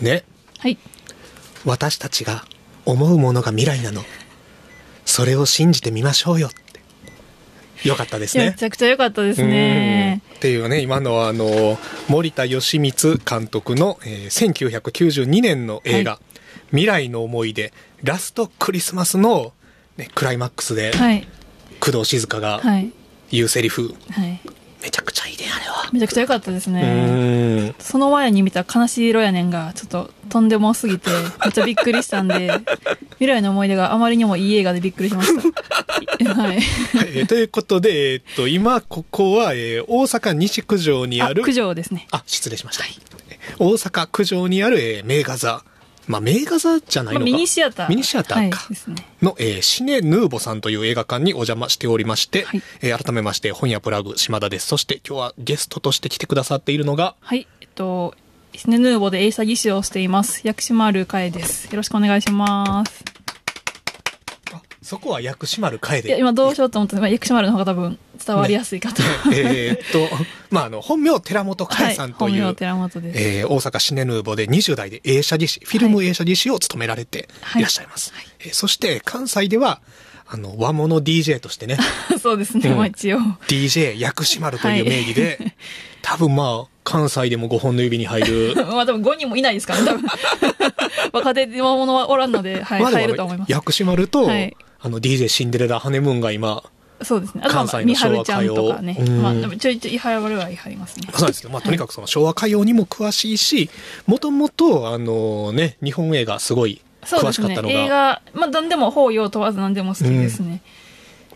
ねはい。私たちが思うものが未来なのそれを信じてみましょうよってよかったですいやめねちゃくちゃ良かったですね。うんっていうね今のはあの森田義満監督の、えー1992年の映画「は未来の思い出ラストクリスマスの」ね、クライマックスではい。工藤静香がはい。言うセリフ、はい。めちゃくちゃいいねあれは。めちゃくちゃ良かったですうね。ーんその前に見た悲しい色やねんが、ちょっととんでも多すぎて、めっちゃびっくりした んで、未来の思い出があまりにもいい映画でびっくりしました。 はえい。ーということで、えーっと今ここは、えー大阪西九条にああ、る九条ですね。あ失礼しました、大阪九条にある、えー名画座まあ名画座じゃないまあのか、ミニシアター。ミニシアターかはい、ですね。の、えーシネ・ヌーボさんという映画館にお邪魔しておりまして、はいえー改めまして本屋プラグ島田ですそして今日はゲストとして来てくださっているのがはい。えっと、シネヌーボで映写技師をしています。薬師丸かえです。よろしくお願いします。あそこは薬師丸楓いや、今どうしようと思って、まあ、薬師丸の方が多分伝わりやすいかと。 えーっとまああの本名寺本は楓い。さん本という、名寺本です。えー大阪シネヌーボで20代で映写技師、フィルム映写技師を務められてはいいらっしゃいます。はいえーそして関西では、あの、和物 DJ としてね、 そうですね、うんまあ一応。 DJ 薬師丸という名義で、は多分まあ、関西でも5本の指に入る、まあ多分5人もいないですからね、多 分。若手の者はおらんので、はい、まあでも入ると思います。薬師丸と、はいあの、DJ シンデレラハネムーンが今、そうですね。あと関は、西みの昭和はるちゃ歌ん謡とかねう。んまあ、でもちょいちょい、いはるは入りますね。そうですけど、まあ、とにかくその昭和歌謡にも詳しいし、もともと、あのね、日本映画すごいそう詳でしすかっねた。の映が、画、まあ何でも方用問わず何でも好きですね。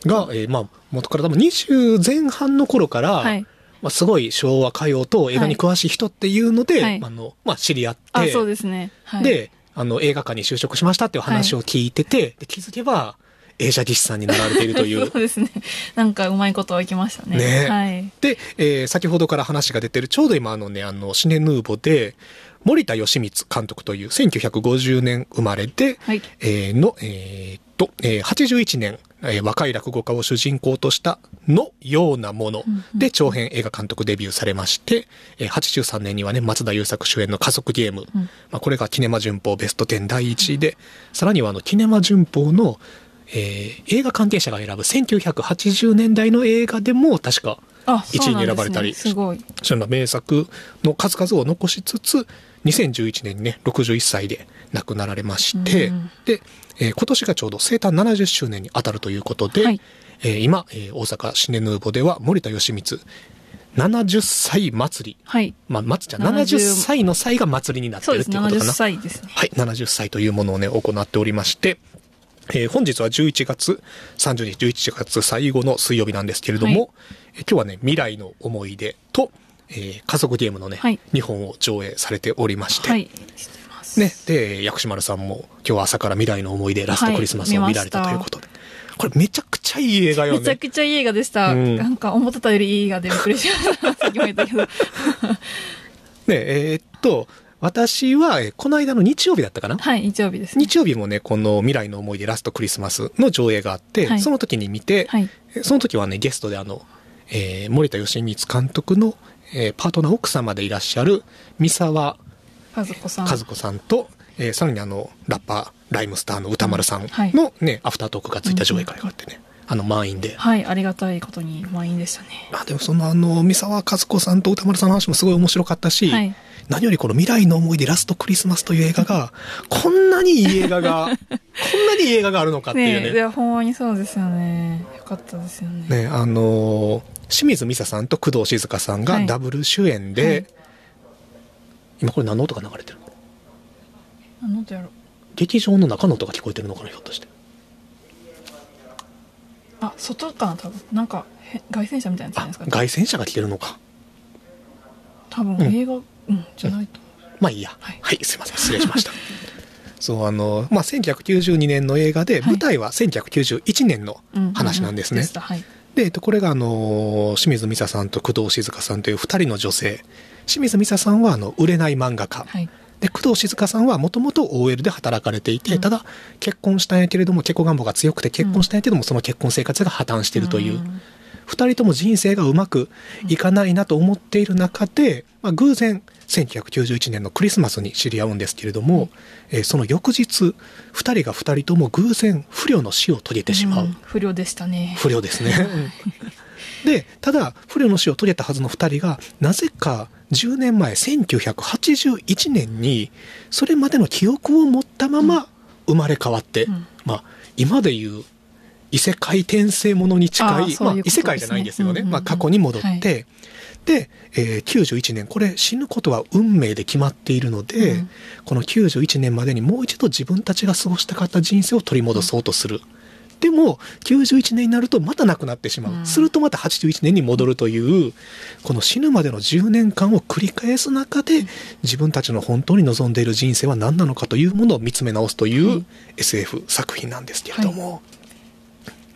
が、えーまあ、元から多分20前半の頃から、はい。まあ、すごい昭和歌謡と映画に詳しい人っていうので、はいあのまあ、知り合って、あ、そうですね。はい。であの映画館に就職しましたっていう話を聞いてて、で気づけば映写技師さんになられているという そうですね。なんかうまいこといきましたね。ねはい。で、えー先ほどから話が出てる、ちょうど今あのね、あの、シネヌーボで、森田義満監督という1950年生まれで、はいえーの、えーっと、えー81年、えー若い落語家を主人公としたのようなものうんうんで、長編映画監督デビューされまして、えー83年にはね、松田優作主演の家族ゲーム、うんまあ、これがキネマ旬報ベスト10第1位で、さらにはあの、キネマ旬報の、えー映画関係者が選ぶ1980年代の映画でも確かあ、一そう位になんですね選ばれたりすごい。その名作の数々を残しつつ2011年にね61歳で亡くなられまして、うんで、えー今年がちょうど生誕70周年にあたるということで、はいえー今、えー大阪シネヌーボでは森田義満70歳祭り、はい。まあ、祭りじゃ70 70歳の歳が祭りになってそうるでっすていね。うこと70かな。歳ですね。はい、70歳というものをね、行っておりまして、えー本日は11月30日、11月最後の水曜日なんですけれども、はいえー今日はね、未来の思い出と、えー家族ゲームのね、はい2本を上映されておりまして、はい。してますね、で、薬師丸さんも今日は朝から未来の思い出、ラストクリスマスをはい見られた見とまいしたうことで、これめちゃくちゃいい映画よめちゃね。くちゃいい映画でした。うんなんか思ってたよりいい映画でびっくりしました。さっきも言ったけ ど。ね、えーっと、私は、えーこの間の日曜日だったかな、はい、日曜日ですね。日曜日もね、この未来の思い出ラストクリスマスの上映があって、はいその時に見て、はい。えその時はね、ゲストであの、えー森田義満監督の、えーパートナー奥様でいらっしゃる三沢和子さん。和子さんと、えーさらにあの、ラッパー、ライムスターの歌丸さんはいのね、アフタートークがついた上映会があってね、あの、満員で。はい、ありがたいことに満員でしたね。まあでもそのあの、三沢和子さんと歌丸さんの話もすごい面白かったし、はい何よりこの未来の思い出ラストクリスマスという映画が、こんなにいい映画 が、こんなにいい映画があるのかっていうねえ、いや、ほんまにそうですよね。よかったですよね。ね、あのー清水美沙さんと工藤静香さんはがいダブル主演で、はい今これ何の音が流れてるのあ、なんてやろう。劇場の中の音が聞こえてるのかなひょっとしてあ、外かな、多分。なんか、へ外旋車みたいなやつじゃなあいですか、ね。凱旋者が来てるのか多分、ん映画、うん、じゃないと。まあいいやははいい、すいません失礼しました そうあのーまあ1992年の映画で、はい舞台は1991年のうんうんうん話なんですね、でしたはい。で、えっと、これがあのー清水美沙さんと工藤静香さんという2人の女性清水美沙さんはあの売れない漫画家、はい。で工藤静香さんはもともと OL で働かれていて、うんただ結婚したんやけれども結婚願望が強くて結婚したんやけれども、その結婚生活が破綻しているといううん2人とも人生がうまくいかないなと思っている中で、まあ、偶然1991年のクリスマスに知り合うんですけれども、えーその翌日2人が2人とも偶然不慮の死を遂げてしまう、ん不良でしたね。不良ですね。 でただ不慮の死を遂げたはずの2人がなぜか10年前1981年にそれまでの記憶を持ったまま生まれ変わって、うんまあ、今でいう異世界転生ものに近いあーそういうことまあ、異世界じゃないんですよね、ですねうんうんうんまあ、過去に戻って、はいで、えー91年これ死ぬことは運命で決まっているので、うんこの91年までにもう一度自分たちが過ごしたかった人生を取り戻そうとする。でも91年になるとまた亡くなってしまう、うんするとまた81年に戻るというこの死ぬまでの10年間を繰り返す中で自分たちの本当に望んでいる人生は何なのかというものを見つめ直すという、はい SF 作品なんですけれども、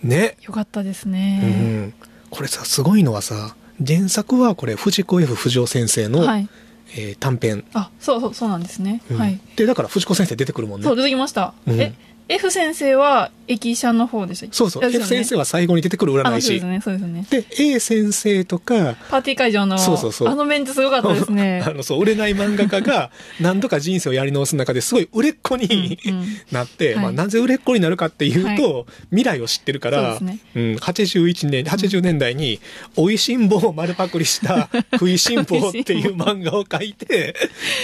ね、よかったですうね。ん、これさすごいのはさ原作はこれ藤子 F 不二雄先生の、はい。えー短編、あ、そうそう、そうなんですね。うんはい。でだから藤子先生出てくるもんねそう、出てきました。うんえ、F 先生は駅舎の方でしたっけそうそう、F 先生は最後に出てくる占あ、い師そうですね、そうですね。で A 先生とかパーティー会場の、そうそうそうあのメンツすごかったですね あ。のそう売れない漫画家が 何度か人生をやり直す中ですごい売れっ子にうんうん なって、はいまあ、なぜ売れっ子になるかっていうと、未来を知ってるからそうですねうん、81年80年代に「おいしんぼ」を丸パクリした「食いしんぼ」っていう漫画を書い て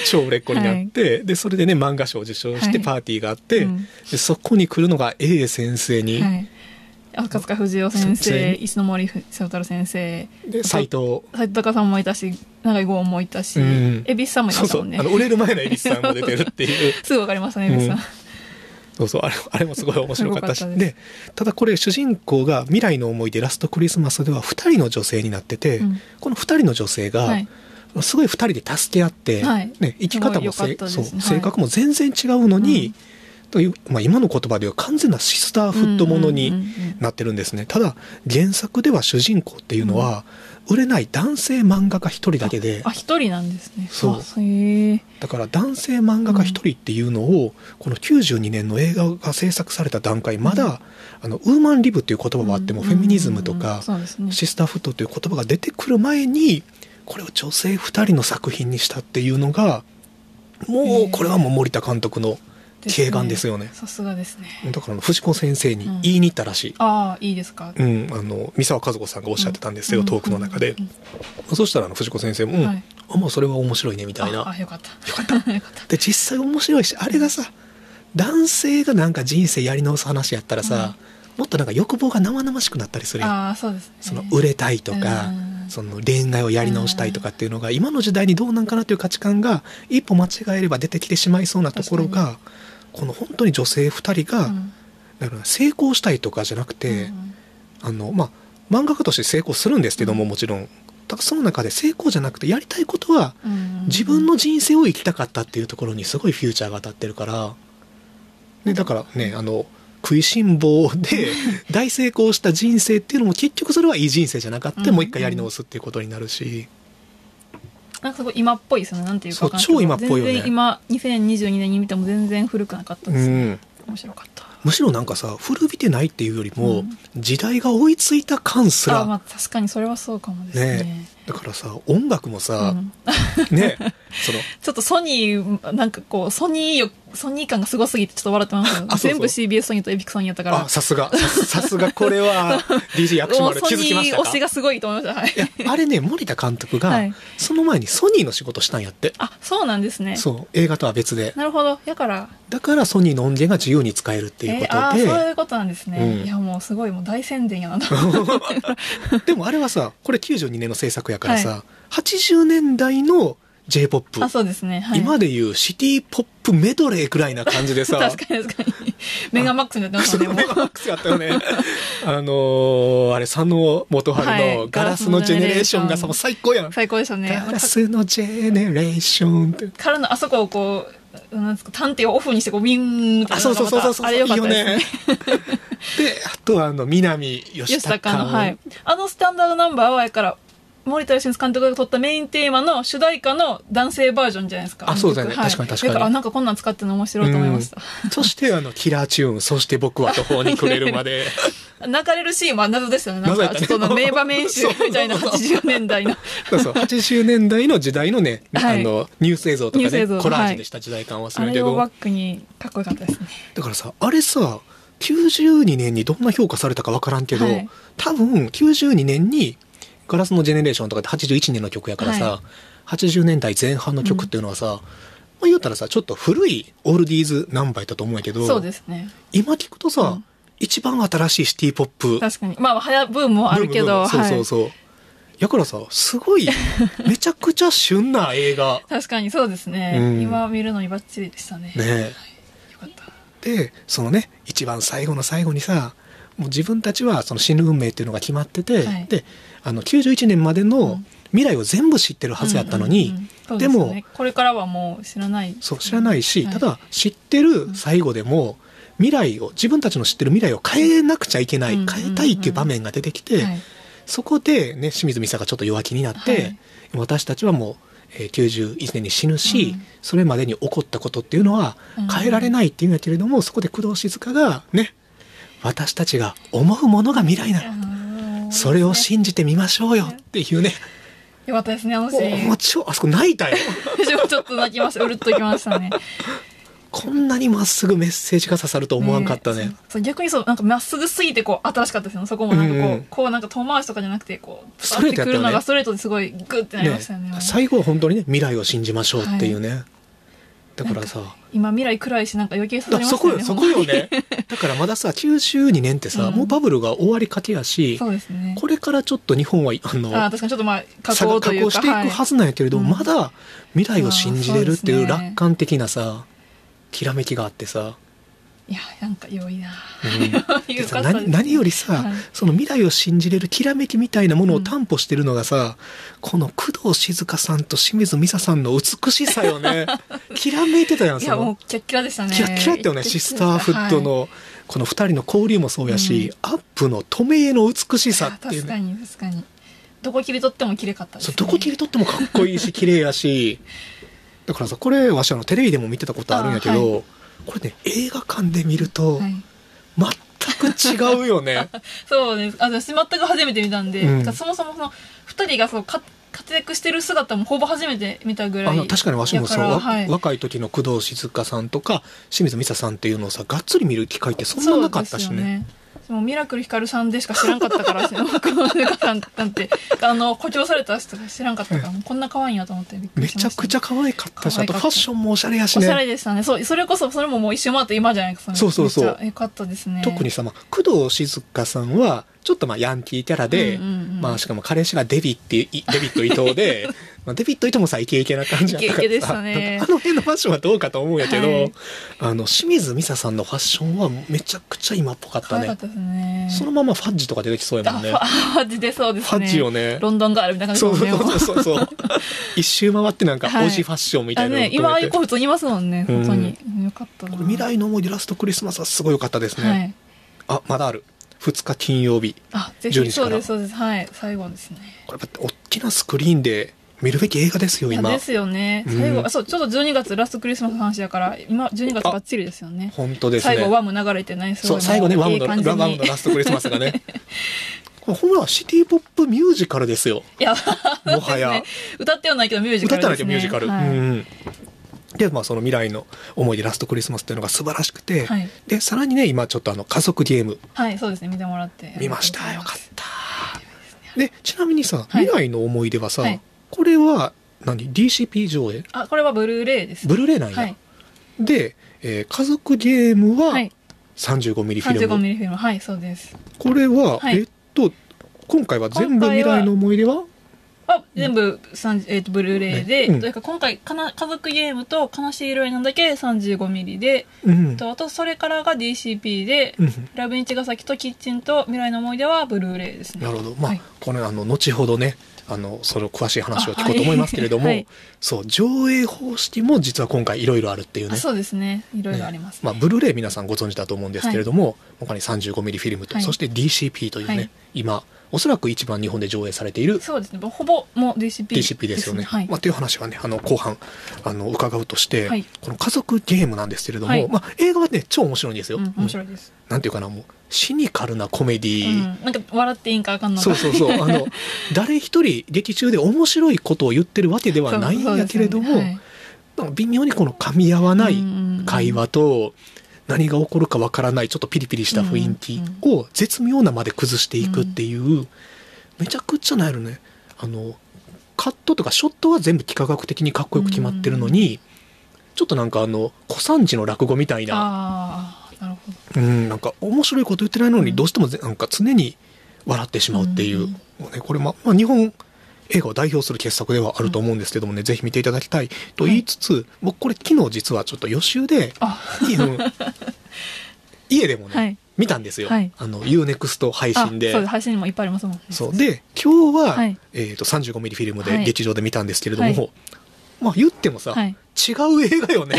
超売れっ子になって、でそれでね漫画賞を受賞しはていパーティーがあって、うんでそこに来るのが A 先生に、はい。赤塚不二夫先生、先石ノ森章太郎先生、で斎藤。斉藤隆さんもいたし、永井剛もいたしうん、蛭子さんもいそまうしたそもう、んねあ。の売れる前の蛭子さんも出てるっていうすぐわかりましたね、蛭子さうんん。そうそうあれあれもすごい面白かったしすでごかったでただこれ主人公が「未来の思い出ラストクリスマス」では2人の女性になってて、うんこの2人の女性が、はいすごい2人で助け合って、はいね、生き方もすごい良かったですそねうはい性格も全然違うのに、うんというまあ、今の言葉では完全なシスターフットものになってるんですね、ただ原作では主人公っていうのは、売れない男性漫画家1人だけであ、一人なんですね。そうあへえ。だから男性漫画家一人っていうのを、この92年の映画が制作された段階まだ、あのウーマンリブっていう言葉はあっても、フェミニズムとうんうんうんか、そうですね。シスターフットという言葉が出てくる前にこれを女性二人の作品にしたっていうのがもうこれはもう森田監督の敬願ですよね。さすがですね。だからあの藤子先生に言いに行ったらしい、ああ、いいですか。うんあの三沢和子さんがおっしゃってたんですよ、うトークの中で、うんそしたらあの藤子先生も「うんはいあもうそれは面白いね」みたいなああ、よかった。よかった。よかった。で実際面白いしあれがさ男性がなんか人生やり直す話やったらさ、もっとなんか欲望が生々しくなったりするやん ああ、そうですね。その売れたいとか、うんその恋愛をやり直したいとかっていうのが、今の時代にどうなんかなという価値観が一歩間違えれば出てきてしまいそうなところがこの本当に女性2人が、うんだから成功したいとかじゃなくて、あのまあ漫画家として成功するんですけどももちろんただその中で成功じゃなくてやりたいことはうんうん自分の人生を生きたかったっていうところにすごいフューチャーが当たってるから、ね、だからねあの食いしん坊 で大成功した人生っていうのも結局それはいい人生じゃなかった、うんもう一回やり直すっていうことになるしなんかすごい今っぽいですよね。なんていうかわかんないそけうど。超今っぽいよね全然今、2022年に見ても全然古くなかったですね。面白かった。むしろなんかさ古びてないっていうよりも、うん時代が追いついた感すあら、あ、まあ確かにそれはそうかもですねね。だからさ音楽もうさ、んね そのちょっとソニー、なんかこう、ソニーよ、ソニー感がすごすぎてちょっと笑ってますけどあそうそう全部 CBS ソニーとエピックソニーやったから。あさすがささすがこれ は DJ 薬師もう丸ソ気ニづきましーた推かしがすごいと思いました。はい。いやあれね森田監督が、はいその前にソニーの仕事したんやってあ、そうなんですね。そう映画とは別でなるほど。やから、だからソニーの音源が自由に使えるっていうえーこああ、とそうで、いうことなんですね。うんいや、もうすごい、もう大宣伝やなと。 でもあれはさこれ92年の制作やからさ、80年代の j p o p あ、そうですね。はい。今でいうシティポップメドレーくらいな感じでさ 確かに確かに。メガマックスになってましそたうね、メガもマックスやったよ ねあのーあれ佐野元春はの「いガラスのジェネレーション」がさもう最高やんう。最高でしたね。ガラスのジェネレーションってからのあそこをこう、なんですか、探偵をオフにして、こう、ウィンーンってあ、そうそうそうそうそう。あれよかったですね。いいよね で、あとはあの、南吉吉高高の、はい。あのスタンダードナンバーは、やから、森田芳光監督が撮ったメインテーマの主題歌の男性バージョンじゃないですか。あそうだよねの曲確かに確かにだらあ、なんかこんなん使ってるの面白いと思いました。そしてあの、キラーチューン、そして僕は途方に暮れるまで。泣かれるシーンは謎ですよね。なん謎やか、ったちょね っとの名場面集みたいなそう80年代の。 そうそう80年代の時代のね、はいあのニュース映像とかニュースね映像コラージュでした時代感を忘あれてれるをバックにかっこよかったですね。だからさあれさ92年にどんな評価されたかわからんけど、はい多分92年に「ガラスのジェネレーション」とかって81年の曲やからさ、は80年代前半の曲っていうのはさ、まあ言うたらさちょっと古いオールディーズナンバーやったと思うんやけどそうですね。今聞くとさ、うん一番新しいシティポップ確かに。まあ、はやブームもあるけど、そうはそうい。そう、やからさすご いめちゃくちゃ旬な映画確かにそうですね。うん今見るのにバッチリでしたね。ねえよかった。でそのね一番最後の最後にさもう自分たちはその死ぬ運命っていうのが決まってて、はいであの91年までうのん未来を全部知ってるはずやったのに、うんうんうんそうですねもこれからはもう知らない。そう知らないし、はいただ知ってる最後でも未来を自分たちの知ってる未来を変えなくちゃいけない、うん変えたいっていう場面が出てきて、はいそこで、ね、清水美沙がちょっと弱気になって、はい私たちはもう、えー91年に死ぬし、うんそれまでに起こったことっていうのはうん変えられないっていうんやけれども、そこで工藤静香がね私たちが思うものが未来なあの、のーそれを信じてみましょうよっていうね、よかったですね、あのシもうーもうン。超あそこ泣いたよ私もちょっと泣きました。うるっときましたね。こんなにまっすぐメッセージが刺さると 思わんかったねえそうそう逆にそうなんかまっすぐすぎてこう新しかったですよねそこもなんかこう、うんうんこうなんか遠回しとかじゃなくてこうストレートや伝わったよねってくるのがストレートですごいグッてなりましたよねね最後は本当にね未来を信じましょうっていうね、だからさ今未来暗いしなんか余計刺さだりまそしたこよよねそこよねだからまださ92年ってさ、うんもうバブルが終わりかけやしそうですねこれからちょっと日本はあのあー確かにちょっとまあ加さ工というかしていくはずなんやけれども、うんまだ未来を信じれるっていうまあそうですね楽観的なさきらめきがあってさ、はい、いやなんか良 いなうん良でさ何何よりさ、はいその未来を信じれるきらめきみたいなものうをん担保してるのがさ、この工藤静香さんと清水美沙さんの美しさよ ねきらめいてたやんいそやのもうキラッキラでしたねキラッキラやったよねシスターフットはいのこの2人の交流もそうやし、アップの止め絵の美しさっていう確かねに確かにどこ切り取っても綺麗かったです、そうね、どこ切り取ってもかっこい いし綺麗やしだからさこれわしあのテレビでも見てたことあるんやけあど、ーこれね映画館で見るとはい、全く違うよ ね、そうです。あ、私全く初めて見たんで、うんそもそもその、二人がそうか活躍してる姿もほぼ初めて見たぐらあい。の確かにわしもださ、からわはい若い時の工藤静香さんとか清水美沙さんっていうのをさがっつり見る機会ってそんななかったしそうですよね。でもミラクルヒカルさんでしか知らんかったから、そ の奥野由香さんなんて、あの、誇張された人が知らんかったから、もうこんな可愛いんやと思ってびっくめりしまちしたゃくちゃ可愛かったし、あ可愛とかフったァッションもおしゃれやしおね。しゃれでしたね。そう、それこそ、それももう一周回って今じゃないですか。そうそうそうめっちゃよかったですね。特にさ、まあ、工藤静香さんはちょっとまあヤンキーキャラで、うんうんうんまあ、しかも彼氏がデビっていデビット伊藤で まあデビット伊藤もさイケイケな感じやったからさイケイケでしたなねんかあの辺のファッションはどうかと思うんやけど、はいあの清水美沙さんのファッションはめちゃくちゃ今っぽかった可愛かねったですね。そのままファッジとか出てきそうやあ、もんねファファッジでそうですね。ファッジをねロンドンガールみたいなそ感うじそうですもんねもそううそうそう一周回ってなんかはいオジファッションみたあいなをね、今ああいう子こ普通にいますもんね、うん本当に。よかったな。未来の思い出ラストクリスマスはすごい良かったですね、はい。あまだある2日金曜日あ、ぜ12時ひ、からそうです、そうです。はい、最後ですね。これやっぱ大きなスクリーンで見るべき映画ですよいや今ですよね。うん最後、あそう、ちょっと12月ラストクリスマスの話だから、今、12月あバッチリですよね。本当ですね最後、ワム流れてない、すごそうい最後ねもワムいいの感じにワムのラストクリスマスがねこれほらシティ・ポップ・ミュージカルですよ いや、もはや、ですね 歌ってはないけどミュージ歌カっルたです、ね。らけミュージカル、はういんうんでまあその未来の思い出ラストクリスマスっていうのが素晴らしくて、はいでさらにね今ちょっとあの家族ゲームはい、そうですね。見てもらって。見ましたよかっったでちなみにさ、はい未来の思い出はさ、はいこれは何 DCP 上映た。あ、これはブルーレイです。ブルーレイなんや、はい。で、えー家族ゲームははい。 35ミリフィルム、 35ミリフィルム。はい、そうです。これは、はいえっと今回は全部今未回は来の思い出はあ全部、三えっとブルーレイで、うんというか今回かな「家族ゲーム」と「悲しい色になんだけ」35ミリで、うんとあとそれからが DCP で「うんラブイン茅ヶ崎」と「キッチン」と「未来の思い出」はブルーレイですねなるほどまあ、はいこれあの後ほどねあのその詳しい話を聞こあうはいと思いますけれども、はいそう上映方式も実は今回いろいろあるっていうあねそうですねいろいろあります、まあ、ブルーレイ皆さんご存知だと思うんですけれども、他に 35mm フィルムと、はいそして DCP というね、はい今おそらく一番日本で上映されているそうですねほぼもう DCP DCP ですよね。はいまあ、という話はねあの後半あの伺うとして、はいこの家族ゲームなんですけれども、はいまあ、映画はね超面白いんですよ。うん、面白ういです、んなんていうかなもうシニカルなコメディうんー、なんか笑っていいんかあかんのかそうそうそうあ の誰一人劇中で面白いことを言ってるわけではないんやけれども、なんか微妙にこの噛み合わない会話と何が起こるかわからないちょっとピリピリした雰囲気を絶妙なまで崩していくっていうめちゃくちゃなんやろねあのカットとかショットは全部幾何学的にかっこよく決まってるのにちょっとなんかあの小三治の落語みたいなああーなるほどうんなんか面白いこと言ってないのうにんどうしてもぜなんか常に笑ってしまうっていううんもうねこれままあ日本映画を代表する傑作ではあると思うんですけどもねぜひ見ていただきたいと言いつつ僕これ昨日実はちょっと予習であ うん家でもね、はい見たんですよ、はいあの UNEXT 配あ信でそうです配信にもいっぱいありますもんねそうで今日は、はいえー、と 35mm フィルムはでい劇場で見たんですけれども、はいまあ言ってもさ、はい違う映画よね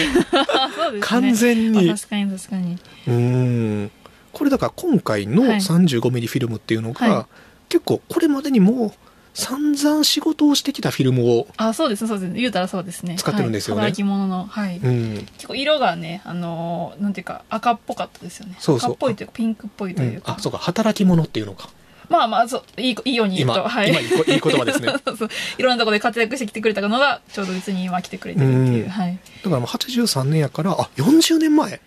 あ そうですね完全にあ確かに確かにうーんこれだから今回のはい 35mm フィルムっていうのが、は結構これまでにもう散々仕事をしてきたフィルムを、あそうですねそうですね言うたらそうですね使ってるんですよねはい、働き者のはい、うん、結構色がねあのーなんていうか赤っぽかったですよねそうそう赤っぽいというかピンクっぽいとういうんか、あそうか働き者っていうのかまあまあそういいいいように言うと今はい今いいこいい言葉ですね そうそういろんなところで活躍してきてくれたのがちょうど別に今来てくれてるっていう、うんはいだからもう83年やからあ40年前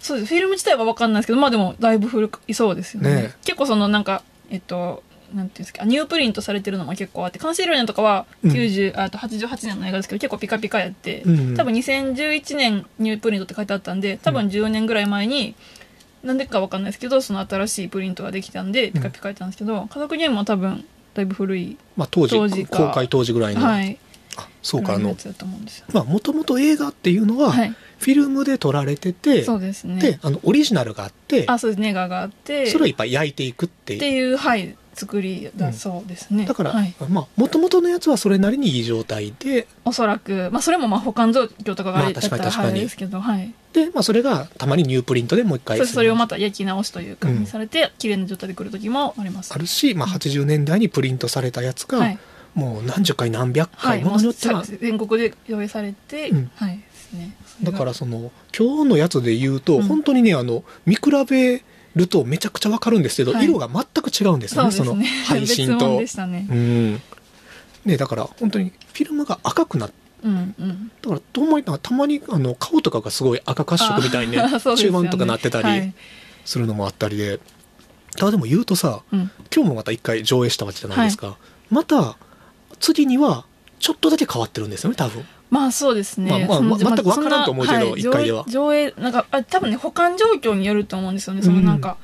そうですフィルム自体は分かんないですけどまあでもだいぶ古いそうですよねね結構そのなんかえっとなんていうんですかニュープリントされてるのも結構あって完成料年とかは90、あと88年の映画ですけど結構ピカピカやって、うん多分2011年ニュープリントって書いてあったんで多分10年ぐらい前に、なんでか分かんないですけどその新しいプリントができたんでピカピカやったんですけど、家族ゲームは多分だいぶ古い、まあ、当時当時か公開当時ぐらいの、はいあそうかあぐらいののやつだと思うんですよまあもともと映画っていうのははいフィルムで撮られてて、そうですねであのオリジナルがあってあそうですね映画があってそれをいっぱい焼いていくっってていうはい作りだそうですね、だから、はい、まあもともとのやつはそれなりにいい状態でおそらくまあそれもまあ保管状況とかがまああれだった確かにら確かあにれですけど、はいで、まあ、それがたまにニュープリントでもう一そ回してそれをまた焼き直しというか、うんにされて綺麗な状態で来る時もありますあるし、まあ、80年代にプリントされたやつが、はいもう何十回何百は回い、もものにようっては、さ全国で用意されて、うんはいですねだかららその今日のやつで言うと、うん本当にねあの見比べるとめちゃくちゃわかるんですけど、はい色が全く違うんですそうよねですそねの 配信別物とで。したねうんね、だから本当にフィルムが赤くなっうんうんだからともにたまにあの顔とかがすごい赤褐色みたいにねあー そうです中よね盤とかなってたはりいするのもあったりで、ただでも言うとさうん、今日もまた一回上映したわけじゃないですか、また次にはちょっとだけ変わってるんですよね多分まあそうですね。まあまあその全くわからんと思うけどそな一回では上映、上映なんか、あ、多分ね、保管状況によると思うんですよね。そのうんなんか、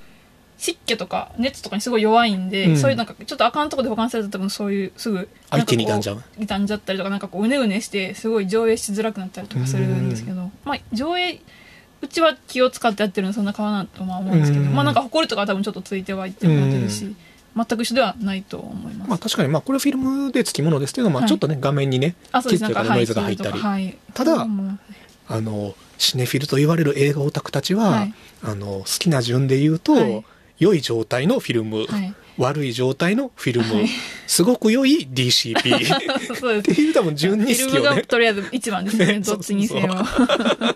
湿気とか熱とかにすごい弱いんで、うんそういうなんか、ちょっとあかんとこで保管されたら多分そういう、すぐ、相手に傷んじゃうなんかこ傷んじゃったりとか、なんかこう、うねうねして、すごい上映しづらくなったりとかするんですけど、まあ、上映、うちは気を使ってやってるのでそんな変わらんとは思うんですけど、うんまあなんか、埃とかは多分ちょっとついてはいってもらってるし、う全く一緒ではないと思います。まあ確かにまあこれはフィルムで付き物ですけど、まあ、はいちょっとね画面にねあ、そうです。ちなっんちゃか、いからノはイい、ズが入ったり黄色とかはい、ただもうあのシネフィルと言われる映画オタクたちは、はいあの好きな順で言うと、はい良い状態のフィルム、はい悪い状態のフィルム、はいすごく良い DCP っそうですていう多分順に好きフィルムよがね。とりあえず一番ですね ねどっちにせよそうま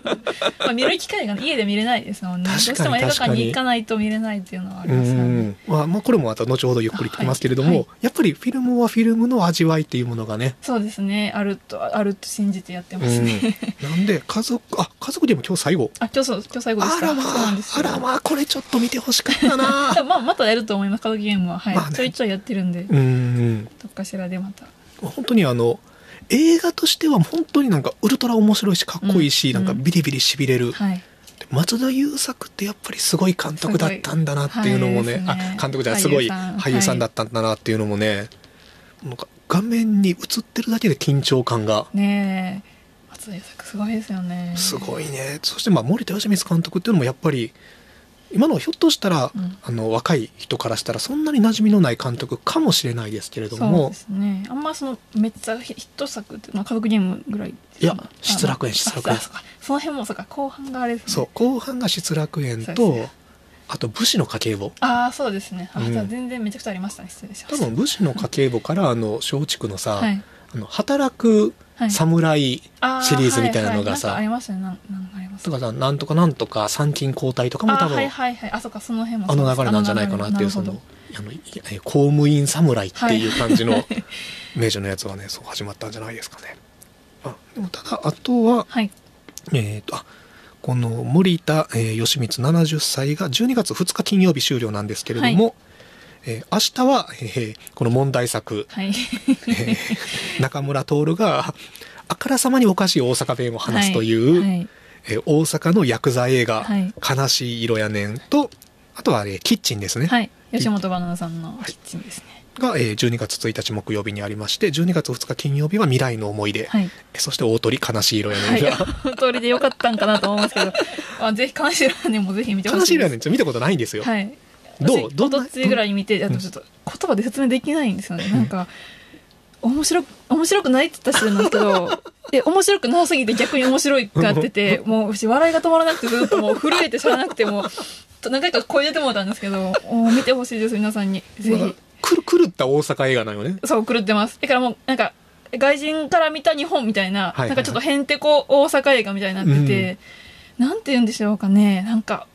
あ見る機会が家で見れないですもんねどう確かにしても映画館確かにに行かないと見れないっていうのはありうますよんねまあまあ、これもまた後ほどゆっくり聞きますけれども、はいはいやっぱりフィルムはフィルムの味わいっていうものがね、そうですねあるとあると信じてやってうますんね、 なんで家族あ家族でも今日最後 あ今日そう今日最後であしたらまそうなあんですあよらまあこれちょっと見てほしかったな 多分まあまたやると思いますカードゲームははい、まあねちょいちょいやってるんで、うどんっかしらでまた本当にあの映画としては本当になんかウルトラ面白いしかっこいいし、うんなんかビリビリしびれる、はい松田優作ってやっぱりすごい監督だったんだなっていうのもねすごいはいあ監督じゃないすごい俳優さん俳優さんだったんだなっていうのもね、なんか画面に映ってるだけで緊張感がねえ松田優作すごいですよねすごいね、そしてまあ森田芳光監督っていうのもやっぱり今のひょっとしたら、うんあの若い人からしたらそんなに馴染みのない監督かもしれないですけれどそうもで。すねあんまそのめっちゃヒヒット作って、まあ、家族ゲームぐらいですいやまあ失楽園あの失楽園あそうかその辺もそうか後半があれですねそう後半が失楽園そうと、ですねあと武士の家計簿ああそうですねあ、うんじゃあ全然めちゃくちゃありましたね失礼しま多した分武士の家計簿からあの松竹のさ、はいあの働くはい侍あシリーズみたいなのがさ、はいはい、なんかありましたねなんなんかありますとかさなんとかなんとか参勤交代とかもあ多ー分、はいはいはいあそっかその辺もあの流れなんじゃないかなっていうそのあのいえ公務員侍っていう感じの名所のやつはねそう始まったんじゃないですかね。あでもただあとは、はいえー、とあこの森田、えー、義満70歳が12月2日金曜日終了なんですけれども、えー明日は、えーこの問題作はい中村徹があからさまにおかしい大阪弁を話すという、 はいえー大阪のヤクザ映画「はい悲しい色やねんと」あとは、えーキッチン」ですね、はい、吉本バナナさんのキッチンですねが、えー12月1日木曜日にありまして12月2日金曜日は「未来の思い出」はいえそして大鳥「悲しい色やはねんい が」本当にでよかったんかなと思うんですけどあぜひ関心欄でもぜひ見て ほ悲ししいい色やでねん」すって見たことないんですよ。はいどう私どんな一昨日ぐらいに見てあとちょっと言葉で説明できないんですよねなんか面白く面白くないって言った人なんですけど え面白くなさすぎて逆に面白いってなっててもう私笑いが止まらなくてずっともう震えてしゃらなくてもうと何回か声出てもらったんですけどもう見てほしいです皆さんにぜひくる狂った大阪映画なのよね。 そう狂ってますだからもうなんか外人から見た日本みたいはな、いはいはいなんかちょっとへんてこ大阪映画みたいになってて、なんて言うんでしょうかねなんか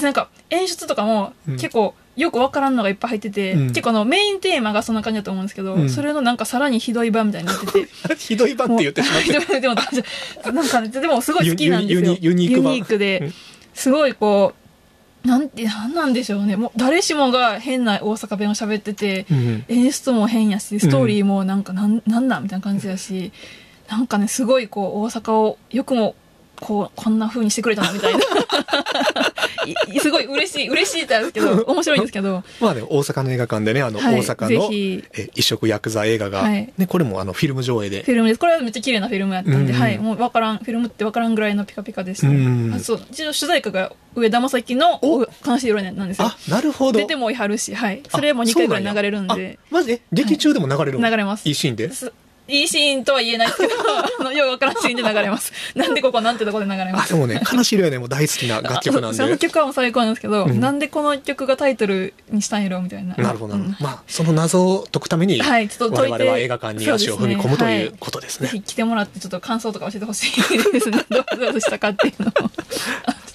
なんか演出とかもうん結構よくわからんのがいっぱい入ってて、うん結構あのメインテーマがそんな感じだと思うんですけど、うんそれのなんかさらにひどい版みたいになっててひどい版って言ってしまって ひどいでもなんかねでもすごい好きなんですよユニユニユニーク版ユニークで、うんすごいこうなんてなんなんでしょうねもう誰しもが変な大阪弁を喋ってて、うん演出も変やしストーリーもなんかなん,、なんなんみたいな感じやしなんかねすごいこう大阪をよくもこうこんな風にしてくれたなみたい ないいすごい嬉しい嬉しいってあるんで すけど面白いんですけど、まあね、大阪の映画館でね、あの、はい、大阪ぜの、ひえ、一色ヤクザ映画が、はいね、これもあの、フィルム上映フで、ィルムですこれはめっちゃ綺麗なフィルムやったんで、うんはいもうわからんフィルムってわからんぐらいのピカピカでした、うんあそう一応主題歌が上田正樹のお「悲しい色」なんですよあ、なるほど。出てもいはるし、はい、それも2あそう回なぐんやらい流れるんであ、マジで劇中でも流れるの流れますいいシーンで。すいいシーンとは言えないですけど、あの、ようわからんシーンで流れます。なんでここなんてとこで流れまあ、す。でもね、悲しいよね、もう大好きな楽曲なんあそうそので。曲はもう最高なんですけど、うんなんでこの曲がタイトルにしたんやろみたいな。なるほどなるほうんど。まあ、その謎を解くために、はい、ちょっと解我いて。々は映画館に足を踏み込むということですそうですねはねいぜ。ひ来てもらって、ちょっと感想とか教えてほしいですね。どうどうしたかっ ていうのを。あち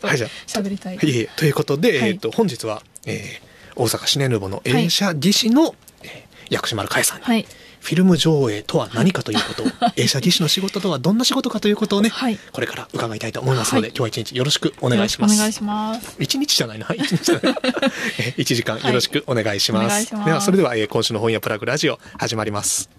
ょはいっじとゃあ喋りたい。いえいえということで、はいえっと、本日は、えー大阪シネヌーボの映写技師の、えー薬師丸かえさんに、はい。フィルム上映とは何かということを、映写技師の仕事とはどんな仕事かということをね、はいこれから伺いたいと思いますので、はい今日は一日よろしくお願いしまよろくお願いす。します。一日じゃないな、一日じゃない。え一時間よろしくお願いします。はいお願いしますでは、それでは、えー今週の本屋プラグラジオ始まります。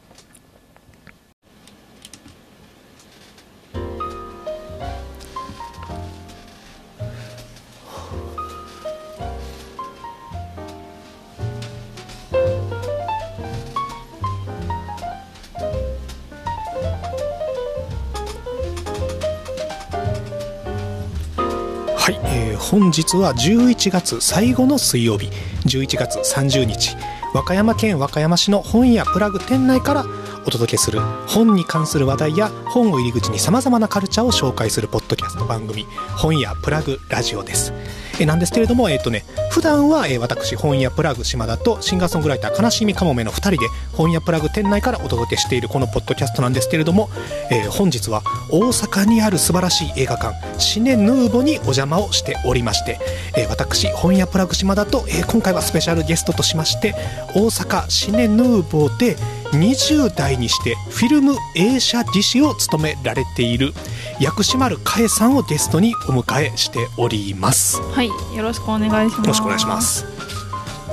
はい、えー本日は11月最後の水曜日11月30日和歌山県和歌山市の本屋プラグ店内からお届けする本に関する話題や本を入り口にさまざまなカルチャーを紹介するポッドキャスト番組「本屋プラグラジオ」です。えーなんですけれども、えっ、とね、普段は、えー私、本屋プラグ島田とシンガーソングライター悲しみかもめの2人で本屋プラグ店内からお届けしているこのポッドキャストなんですけれども、えー本日は大阪にある素晴らしい映画館、シネヌーボにお邪魔をしておりまして、えー私、本屋プラグ島田と、えー今回はスペシャルゲストとしまして、大阪シネヌーボで20代にしてフィルム映写技師を務められている薬師丸かえさんをゲストにお迎えしております。はい。よろしくお願いしまよす。ろしくお願いしま。す。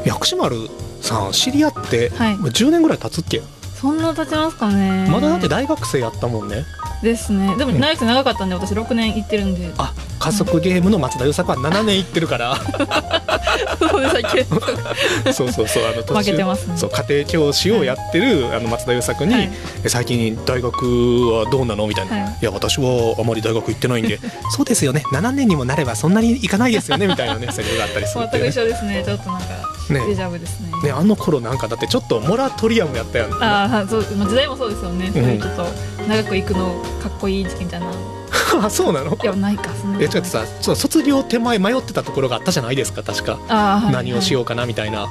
薬師丸さん知り合って、はいもう10年ぐらい経つっけ、そんな経ちますかね。まだだって大学生やったもんねですね。でも、うん長くて長かったんで、私6年行ってるんで。あ加速ゲームの松田優作は7年いってるから そうですね。そうそうそうあの途中負けてますねそう家庭教師をやってる、あの松田優作に、はいえ最近大学はどうなの?」みたいな「はいい、や私はあまり大学行ってないんでそうですよね7年にもなればそんなに行かないですよね」みたいな ねセリフがあったりする全っていくう一緒ですね。ちょっとなんか、ねデジャブですね。ねあの頃なんかだってちょっとモラトリアムやったやんああ、そう、まあ、時代もそうですよね。そういうちょっと長く行くのかっこいい時期みたいな。 あそうなのいやないかそんなえちょっとさそう卒業手前迷ってたところがあったじゃないですか確か、あー何をしようかなみたいな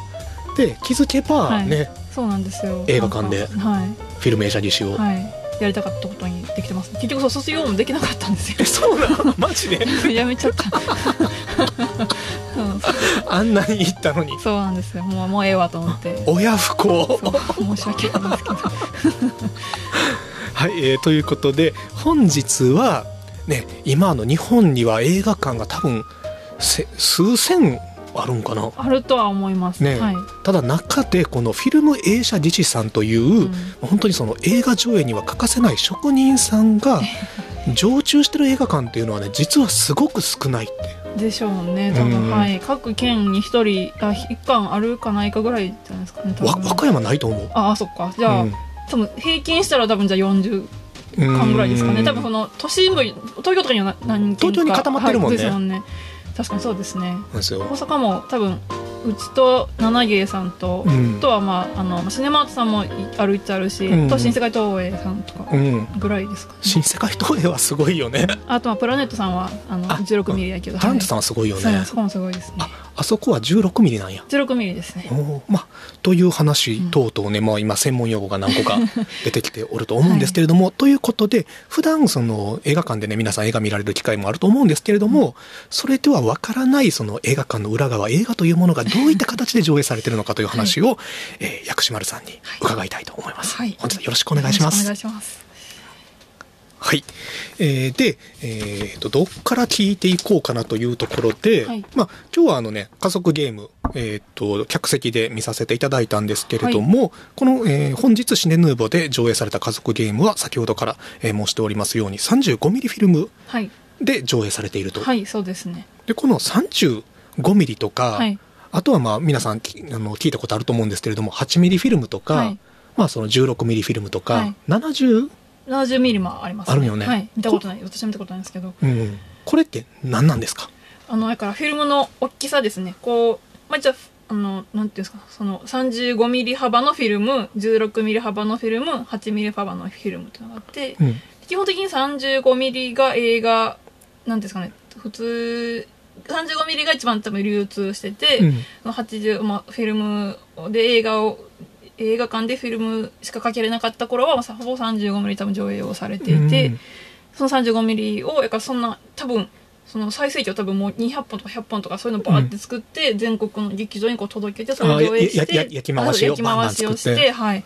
で気づけばね、はいそうなんですよ映画館でなんかはいフィルム映写技師を、はい、やりたかったことにできてます結局そう卒業もできなかったんですえそうなの マジでよ やめちゃった、 うん、あんなに行ったのにそうなんですよもうもうええわと思って親不幸そう申し訳ないんですけどはい、えーということで本日はね今の日本には映画館が多分せ数千あるんかなあるとは思いますねはい、ただ中でこのフィルム映写技師さんという、うん本当にその映画上映には欠かせない職人さんが常駐してる映画館っていうのはね実はすごく少ないってでしょうね多分、うんはい各県に一人あ一巻あるかないかぐらいじゃないですかね多分わ和歌山ないと思う。ああそっかじゃあ、うん多分平均したら多分じゃあ40巻ぐらいですかうねん多分その都心部東京とかには何何軒か東京に固まってるもんねはいですもんね確かにそうですねなんです大よ。阪も多分うちと七芸さんと、うんあとはまああのシネマアートさんもい歩いてあるし、うんあと新世界東映さんとかうん、ぐらいですか、ね新世界東映はすごい よね。あとまあプラネットさんはあのあ16ミリやけどタラントさんんはすごいよそうなんでねす。そこもすごいですねあそこは16ミリなんや。 16ミリですねおーまあ、という話等々ね、まあ、今専門用語が何個 か出てきておると思うんですけれども、ということで普段その映画館でね皆さん映画見られる機会もあると思うんですけれどもそれではわからないその映画館の裏側映画というものがどういった形で上映されてるのかという話を、えー薬師丸さんに伺いたいと思います。はい本日はよろしくお願いしまおす願いしますはい、えーで、えーとどっから聞いていこうかなというところで、はいまあ、今日はあの、ね、家族ゲーム、えー、と客席で見させていただいたんですけれども、この、えー本日シネヌーボで上映された家族ゲームは先ほどから、えー申しておりますように 35mm フィルムはいで上映されていると、はいそうですねでこの 35mm とか、はいあとはまあ皆さんきあの聞いたことあると思うんですけれども 8mm フィルムとか、はいまあ、その 16mm フィルムとか、はい70、 70ミリもあります、あるよねはい見たことない私は見たことないんですけどうん、これって何なんですかあのだからフィルムの大きさですねこうまあ一応あのなんていうんですかその35ミリ幅のフィルム16ミリ幅のフィルム8ミリ幅のフィルムっていうのがあって、うん基本的に35ミリが映画なんていうんですかね普通35ミリが一番多分流通してて、うんその80、まあ、フィルムで映画を映画館でフィルムしかかけれなかった頃は、まあ、ほぼ35ミリ多分上映をされていて、うんその35ミリを、やからそんな、多分、その最盛期を多分もう200本とか100本とかそういうのバーって作って、全国の劇場にこう届けて、それを上映しあややて、や焼き回しをあそう焼き回しをしバンバン作ってて、はい。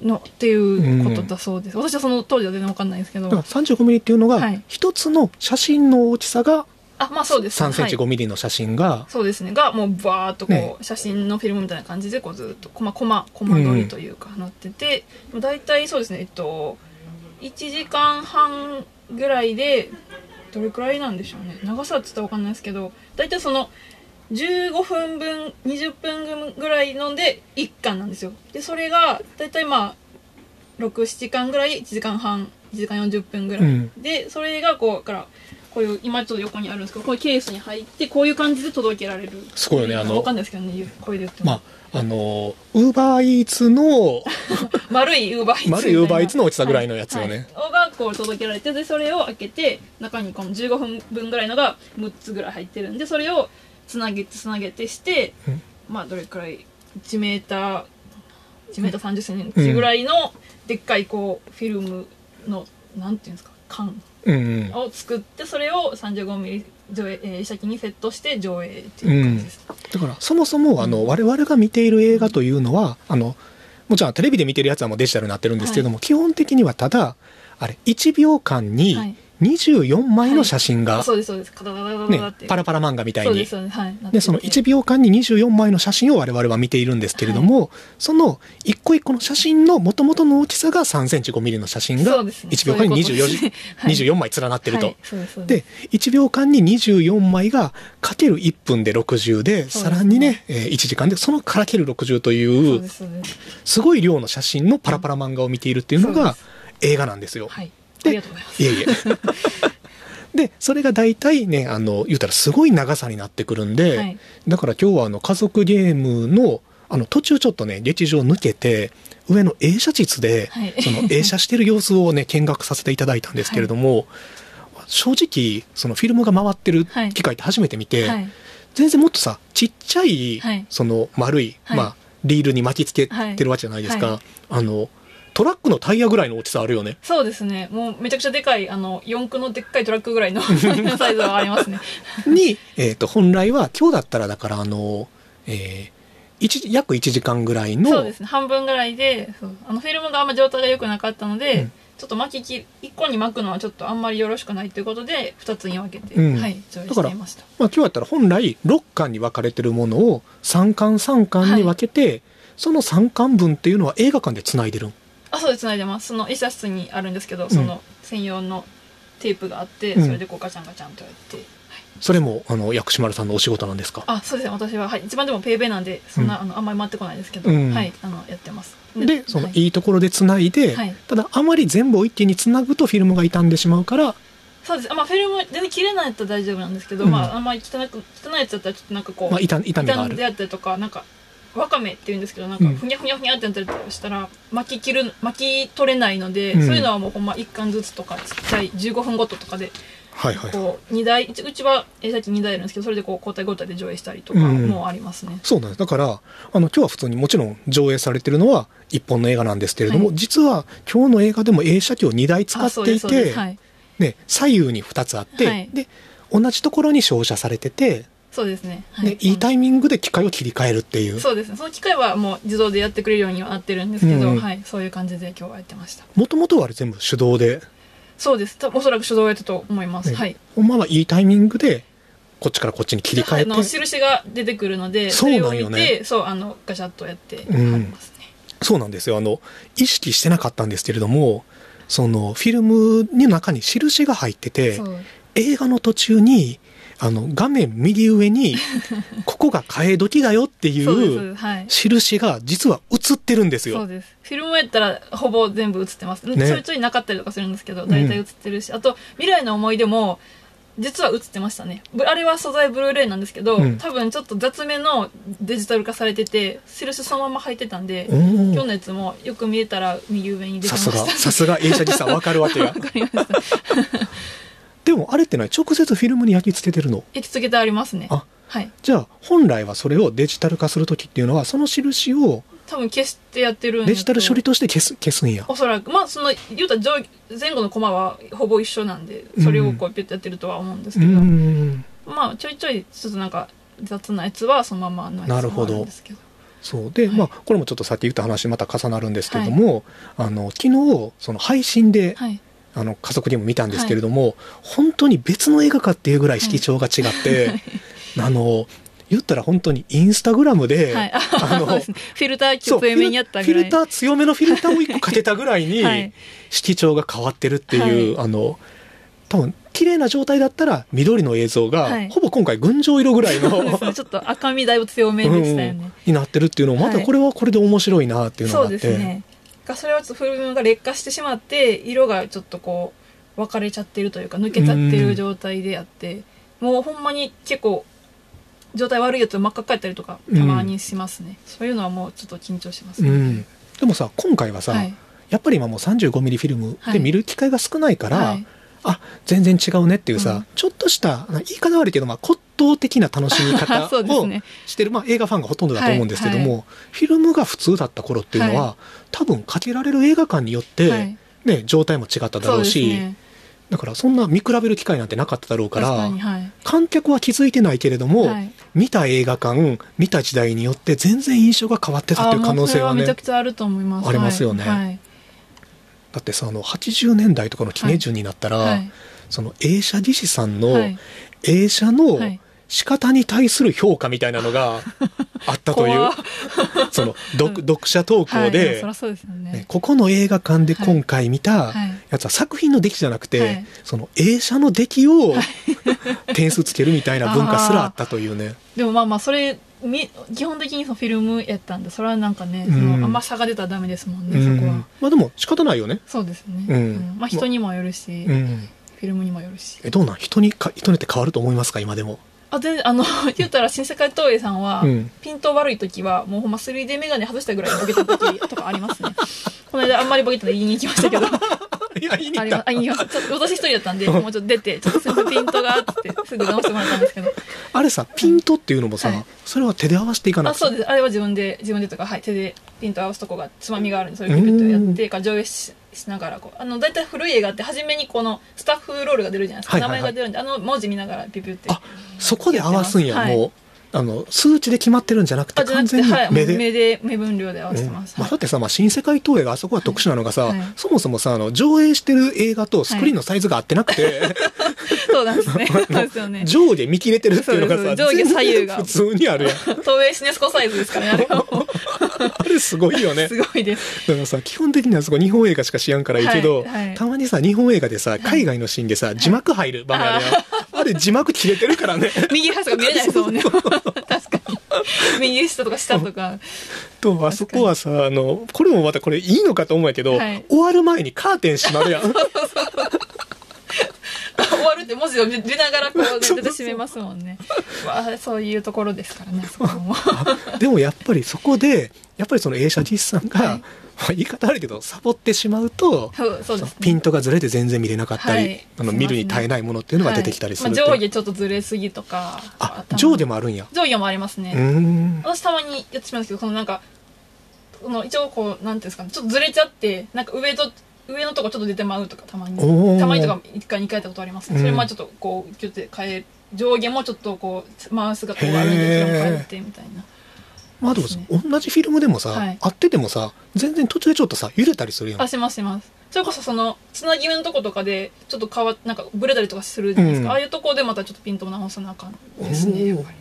の、っていうことだそうです。私はその当時は全然わかんないんですけだからど。 35ミリっていうのはがい一つの写真の大きさがあ、まあそうです。 3センチは5いミリの写真が、そうですね。が、もうバーっとこう、ね写真のフィルムみたいな感じで、こうずっと、コマ、コマ、コマ撮りというか、なってて、だいたいそうですね、えっと、1時間半ぐらいで、どれくらいなんでしょうね。長さって言ったらわかんないですけど、だいたいその、15分分、20分ぐらい飲んで1巻なんですよ。で、それが、だいたいまあ、6、7巻ぐらい、1時間半、1時間40分ぐらい。うんで、それがこう、だから、こういう、今ちょっと横にあるんですけど、こういうケースに入って、こういう感じで届けられる。すごいよねあのわかんないですけどね、言う声で言っても。まあ、あの、ウーバーイーツの、丸いウーバーイーツみたいな。丸い Uber Eats の大きさぐらいのやつよねはいはいをがこう届けられて、で、それを開けて、中にこの15分分ぐらいのが6つぐらい入ってるんで、それをつなげて、つなげてして、うんまあ、どれくらい、1メーター、1メーター30センチぐらいの、でっかいこう、フィルムの、なんていうんですか、缶うんうん、を作って、それを35ミリ上映、えー、写機にセットして上映っていう感じです。だからそもそもあの我々が見ている映画というのはあのもちろんテレビで見てるやつはもうデジタルになってるんですけれども、基本的にはただあれ1秒間はにい24枚の写真が、そうです、そうです。カタカタカタカタっねて。、パラパラ漫画みたいそうにです、そうです。はい。なってでてその1秒間に24枚の写真を我々は見ているんですけれども、その一個一個の写真の元々の大きさが3センチ5ミリの写真がそうですね1秒間にそういうことです24ねはい24枚連なってると。はいそうですそうで1秒間に24枚がかける1分で60でそうですねさらにね、え1時間でそのからける60とそいううですそうですすごい量の写真のパラパラ漫画を見ているっていうのそうがです映画なんですよ。はいあでりがとうございますい えいえ。でそれが大体ねあの言うたらすごい長さになってくるんで、はいだから今日はあの家族ゲームのあの途中ちょっとね劇場抜けて上の映写室で、はい その映写してる様子をね見学させていただいたんですけれども、正直そのフィルムが回ってるはい機械って初めて見て、はい全然もっとさちっちゃい、はいその丸い、はいまあ、リールに巻きつけてるわけじゃないですか、はいはあのトラックのタイヤぐらいの大きさあるよ ねそうですねもうめちゃくちゃでかいあの四駆のでっかいトラックぐらいの サイズはありますねに、えー、と本来は今日だったらだからあの、えー、一約1時間ぐらいそうのですね半分ぐらいでそうあのフィルムがあんま状態が良くなかったので、うんちょっと巻きき1個に巻くのはちょっとあんまりよろしくないということで2つに分けて、うんはい調理だかしらていましたまあ、今日だったら本来6巻に分かれてるものを3巻3巻に分けて、その3巻分っていうのは映画館でつないでるんあそうですつないでますその一冊室にあるんですけどその専用のテープがあって、うんそれでこうガチャンガチャンとやって、はいそれもあの薬師丸さんのお仕事なんですかあそうですね私は、はい、一番でもペイペイなんでそんな、あのあんまり待ってこないですけど、うんはいあのやってますでそのはいいいところでつないで、はいただあまり全部を一気につなぐとフィルムが傷んでしまうからそうですあまあフィルム全然切れないやつは大丈夫なんですけど、うんまああんまり汚く汚いやつだったらちょっとなんかこう、まあ、痛痛みがあ傷んるであったりとかなんかわかめっていうんですけどなんかうんふにゃふにゃふにゃってなったりとかしたら巻き切る巻き取れないので、うんそういうのはもうほんま1巻ずつとかちっちゃい15分ごととかではいはいこう2台うちうちはえーさっき2台あるんですけどそれでこう交代交代で上映したりとかうんもありますね、そうなんですだからあの今日は普通にもちろん上映されてるのは一本の映画なんですけれども、は実は今日の映画でも映写機を2台使あっそうてでいすそうでて、すはいね、左右に2つあって、はいで同じところに照射されてて、そうですね、はいいで、いいタイミングで機械を切り替えるっていうそうですねその機械はもう自動でやってくれるようにはなってるんですけど、うんはい、そういう感じで今日はやってましたもともとはあれ全部手動でそうです多分おそらく手動やったと思います、ねはいほんまはいいタイミングでこっちからこっちに切り替えあのて印が出てくるのでそうなんよねそれを見てそうあのガシャッとやってう貼んりますね、そうなんですよあの意識してなかったんですけれどもそのフィルムの中に印が入っててそう映画の途中にあの画面右上 にここが替え時だよっていそうですうはい印が実は映ってるんですそうよ。ですフィルムやったらほぼ全部映ってます、ねちょいちょいなかったりとかするんですけど大体映ってるし、あと「未来の思い出」も実は映ってましたねぶあれは素材ブルーレイなんですけど、うん多分ちょっと雑めのデジタル化されてて印そのまま入ってたんで、お今日ーのやつもよく見えたら右上に出てさますしがた さすが映写技師さんわかるわけがわかりましたでもあれってない直接フィルムに焼き付けてるの焼き付けてありますねあはいじゃあ本来はそれをデジタル化する時っていうのはその印を多分消してやってるんやとデジタル処理として消す消すんや。おそらくまあその言うたら上前後のコマはほぼ一緒なんでそれをこうピュッとやってるとは思うんですうけど、んまあちょいちょいちょっとなんか雑なやつはそのままのやつもなるほどあんですけどそうで、はいまあこれもちょっとさっき言った話にまた重なるんですけれども、あの昨日その配信ではいあの家族にも見たんですけれども、本当に別の映画かっていうぐらい色調が違って、あの言ったら本当にインスタグラムで、はい ああそうのですねフィルターそう強フめにィやっルたフぐィらルいター強めのフィルターを1個かけたぐらいに、はい色調が変わってるっていう、あの多分綺麗な状態だったら緑の映像が、はいほぼ今回群青色ぐらいの そうですねちょっと赤みだいぶ強めでしたようんうねん、になってるっていうのもまたこれはこれで面白いなっていうのそがあうって、ですねがそれはちょっとフィルムが劣化してしまって色がちょっとこう分かれちゃってるというか抜けちゃってる状態であってもうほんまに結構状態悪いやつ真っ赤っかやったりとかたまにしますね、そういうのはもうちょっと緊張しますうね、ん、でもさ今回はさ、はいやっぱり今もう 35mm フィルムで見る機会が少ないから、はいあ全然違うねっていうさ、うんちょっとしたあの言い方悪いけど、まあ、骨董的な楽しみ方そうですをねしてる、まあ、映画ファンがほとんどだと思うんですけども、はいフィルムが普通だった頃っていうのは、は多分かけられる映画館によって、はいね、状態も違っただろうしそうですねだからそんな見比べる機会なんてなかっただろうから確かにはい観客は気づいてないけれども、はい見た映画館見た時代によって全然印象が変わってたっていう可能性はあもうそれはめねちゃくちゃあると思いますありますよねはいだってさあの80年代とかの記念順になったら、はいその映写技師さんはのい映写のはい仕方に対する評価みたいなの があったという怖っその読読者投は稿いいやで、そりゃそうですよねねここの映画館で今回見たはいやつは作品の出来じゃなくて、はいその映写の出来を点数つけるみた いな文化すらあったというね。でもまあまあそれみ基本的にそのフィルムやったんでそれはなんかね、そうんのあんま差が出たらダメですもんうね、そこんはまあでも仕方ないよね。そうですね、うんまあ人にもよるし、うん、フィルムにもよるしえどうなん人にか人によって変わると思いますか今でも。あ全然あの言ったら新世界投影さんは、うんピント悪い時はもうほんま 3D メガネ外したぐらいボケた時とかありますねこの間あんまりボケたの言いに行きましたけどに会いに行あっりたます。あ、います。ちょっと私一人だったんで、もうちょっと出て、ちょっとすいませんピントがあ って、すぐ直してもらったんですけど。あれさピントっていうのもさ、はいそれは手で合わせていかなあ、くてそうです。あれは自分で、自分でとか、はい、手でピント合わすとこが、つまみがあるんで、それをピュッとやって、から上映ししながら、こう、あの、大体古い映画って、初めにこの、スタッフロールが出るじゃないですはか。いはいはい名前が出るんで、あの文字見ながら、ピュピュって。あそこで合わすんや、はいもうあの数値で決まってるんじゃなくてあじゃな完くて、全にはい、目目で、で、目分量で合わせてます。うんまあ、はいだってさ、まあ、新世界投影があそこは特殊なのがさ、はいそもそもさあの上映してる映画とスクリーンのサイズが合ってなくて、。そうなんですね。そうですよね 上下見切れてるっていうのがさそうですそうです上下左右が全然普通にあるやん東映シネスコサイズですからね、あれはもあれすごいよう。 ね すごいです。だからさ基本的にはそこ日本映画しか知らんからいいけど、はいはいたまにさ日本映画でさ海外のシーンでさ字幕入る場面あるやん、あれ字幕切れてるからね右端が見えないですもんね。 確かに。右下とか下とか。とあそこはさあのこれもまたこれいいのかと思うんやけど、はい終わる前にカーテン閉ま るやん終わるって文字を出ながらこうね出て閉めますもん ね。まあそういうところですからね。 そこもでもやっぱりそこでやっぱりその映写技師さんが、はいまあ言い方あるけどサボってしまうと、そうそうですね。ピントがずれて全然見れなかったり、はいあのしますね見るに耐えないものっていうのが出てきたりするって、はいまあ上下ちょっとずれすぎとか。あ頭上下もあるんや上下もありますうーね。ん私たまにやってしまうんですけど、このなんかこの一応こうなんていうんですかね、ちょっとずれちゃってなんか上と上のとこちょっと出てまうとかたまにおーたまにとか一回二回やったことあります、ねうんそれまあちょっとこうギュって変え上下もちょっとこう回すがこうあるんでそれも変えてみたいな。まあでも同じフィルムでもさ、はい合っててもさ全然途中でちょっとさ揺れたりするやんあしますしますそれこそそのつなぎ目のとことかでちょっと変わっなんかブレたりとかするじゃないですか、うんああいうとこでまたちょっとピントを直さなあかんですねやっぱり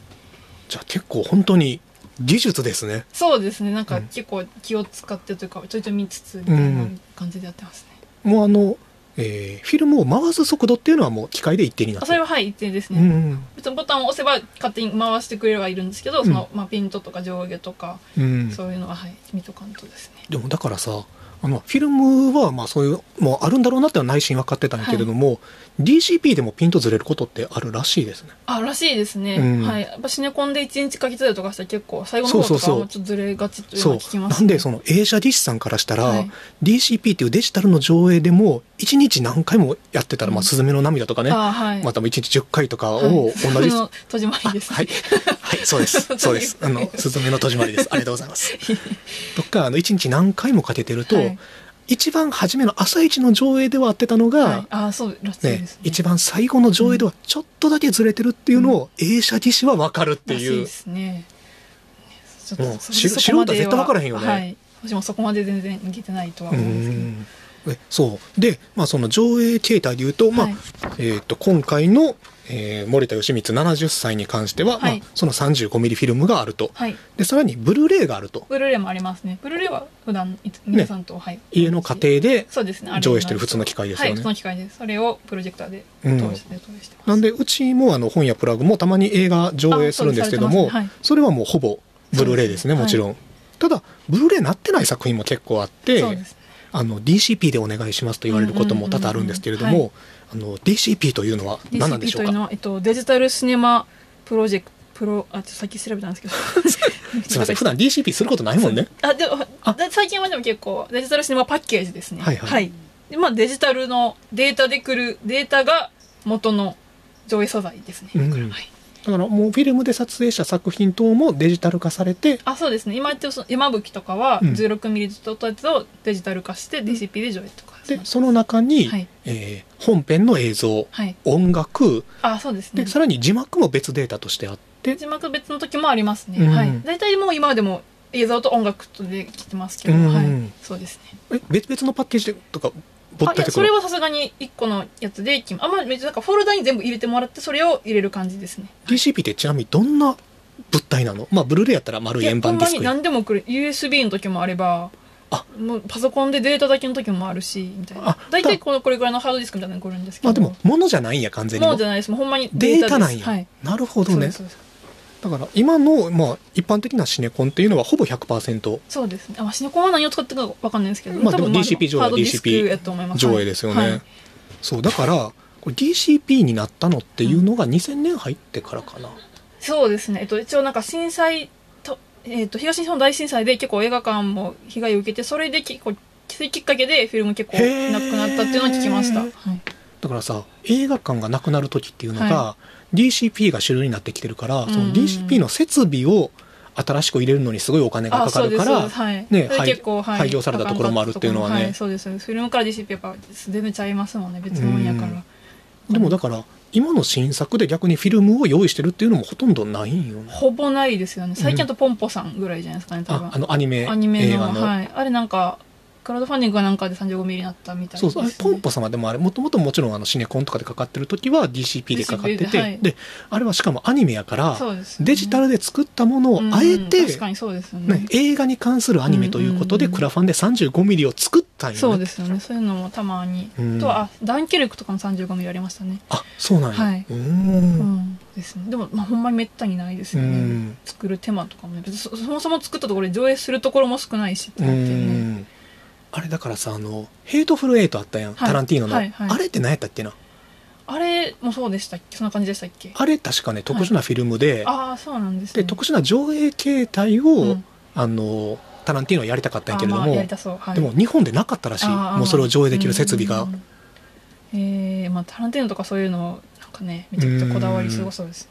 じゃあ結構本当に技術ですねそうですねなんうかん結構気を使ってというかちょいちょい見つつみたいな感じでやってますね、もうあの、えーフィルムを回す速度っていうのはもう機械で一定になっあてそれははい一定ですうんね、うん別にボタンを押せば勝手に回してくれるはいるんですけどその、まあ、ピントとか上下とか、うんそういうのははい見とかんとですねでもだからさあのフィルムはまあそういうもうあるんだろうなってのは内心分かってたんやけれども、DCP でもピントずれることってあるらしいですねあらしいですね、うんはいやっぱシネコンで一日かけてたりとかしたら結構最後のそ方うそうとそかうもちょっとずれがちというのそはう聞きまなすんね、でその映写技師さんからしたら、はい DCP っていうデジタルの上映でも1日何回もやってたら「まうあ、んスズメの涙」とかね、あはいまた1日10回とかを同 じ、の戸締まりです、はい、はい、そう です。そうです。あの、すずめの戸締まりです。ありがとうございます。とか、あの、一日何回もかけてると、はい一番初めの朝一の上映では合ってたのが、はい、ああそうらしいねですね一番最後の上映ではちょっとだけずれてるっていうのを、映写技師はわかるってらしいう。ですねちょっもうそしそこまで素人はは絶対分からへんよねはい私もそこまで全然いけてないとはう思うんですけどんえそうで、まあ、その上映形態でいうと,、まあはいえー、と今回の、えー森田義満70歳に関しては、はいまあ、その 35mm フィルムがあるとはいでさらにブルーレイがあるとブルーレイもありますねブルーレイは普段いつ皆さんと、はい家の家庭でそうですねあれ上映してる普通の機械ですよはいね普通の機械ですそれをプロジェクターでう通んして投影してます、なんでうちもあの本やプラグもたまに映画上映するんですけどもあそうですそ,、されてますねはいれはもうほぼブルーレイですねそうもですちねろん、ただブルーレイなってない作品も結構あって、そうですねあの DCP でお願いしますと言われることも多々あるんですけれども、うんうんうんあの DCP というのは何なんで DCP しょとういうのかは、えっと、デジタルシネマプロジェクトプロあちょっと先調べたんですけど す みません普段 DCP することないもんねあでもだ最近はでも結構デジタルシネマパッケージですねはいはいでまあ、デジタルのデータで来るデータが元の上映素材ですね、うんだからはいだからもうフィルムで撮影した作品等もデジタル化されてあそうですね今言ってるその山吹とかはうん 16mm ずっと撮ったやつをデジタル化して DCP で上映とかでその中に、はいえー本編の映像はい音楽あそうですねでさらに字幕も別データとしてあって字幕別の時もありますね、うんはい大体もう今でも映像と音楽とで来てますけど、うんはいそうですねえ別々のパッケージでとかぼあっいたりやとそかれはさすがに1個のやつで決めあまあなんかフォルダに全部入れてもらってそれを入れる感じですね DCP ってちなみにどんな物体なのまあブルーレイやったら丸い円盤ディスいやほんまクやに何でも来る USB の時もあればあもうパソコンでデータだけの時もあるしみたいあな大体このこれぐらいのハードディスクみたいなのが来るんですけどまあでも物じゃないんや完全にもうじゃないですもうほんまにデータでなすんや、はいなるほどそうねですそうですだから今の、まあ、一般的なシネコンっていうのはほぼ100%そうですねあまあシネコンは何を使ってるかわかんないですけど、まあでも多分 DCP 上映ハードディスク DCP やと思います上映ですよね、はいそうだからこれ DCP になったのっていうのが2000年入ってからかな、そうですね、えっと、一応なんか震災と、えっと、東日本大震災で結構映画館も被害を受けてそれで結構それきっかけでフィルム結構なくなったっていうのは聞きました。へはいー、だからさ映画館がなくなる時っていうのが、DCP が主流になってきてるから、そうんの DCP の設備を新しく入れるのにすごいお金がかかるかあそうらですそうですはい、ねそれ廃結構、はい、廃業されたところもあるっていうのはねい、そうですそうですフィルムから DCP やっぱ全部ちゃいますもんね別もんやからでもだから今の新作で逆にフィルムを用意してるっていうのもほとんどないんよねほぼないですよね最近だとポンポさんぐらいじゃないですかね多分ああのアニメアニメ映の画の、はい、あれなんかクラウドファンディングかなんかで35ミリになったみたいです、そうね、そうあれポンポ様でもあれもともともちろんあのシネコンとかでかかってる時は DCP でかかってて DCP ではいであれはしかもアニメやから、そうですねデジタルで作ったものをあえうんうて、ん確かにそうですよねね、映画に関するアニメということで、うんうんうんクラファンで35ミリを作ったんよ、ね、そうですよねそういうのもたまに、うんあとはあダンケルクとかも35ミリありましたねあそうなんや、はいうーうんんですねでも、まあ、ほんまにめったにないですよね、うん作る手間とかもね別にそそもそも作ったところで上映するところも少ないしってうなってねんあれだからさあの「ヘイトフルエイト」あったやん、はいタランティーノの、はいはいあれって何やったっけなあれもそうでしたっけそんな感じでしたっけあれ確かね特殊なフィルムで,、ああそうなんですねで特殊な上映形態を、うんあのタランティーノはやりたかったんやけれどあーまあやもりたそう、はい、でも日本でなかったらしいあーもうそれを上映できる設備が、うんうんうんえーまあタランティーノとかそういうのなんかねめちゃくちゃこだわりすごそうです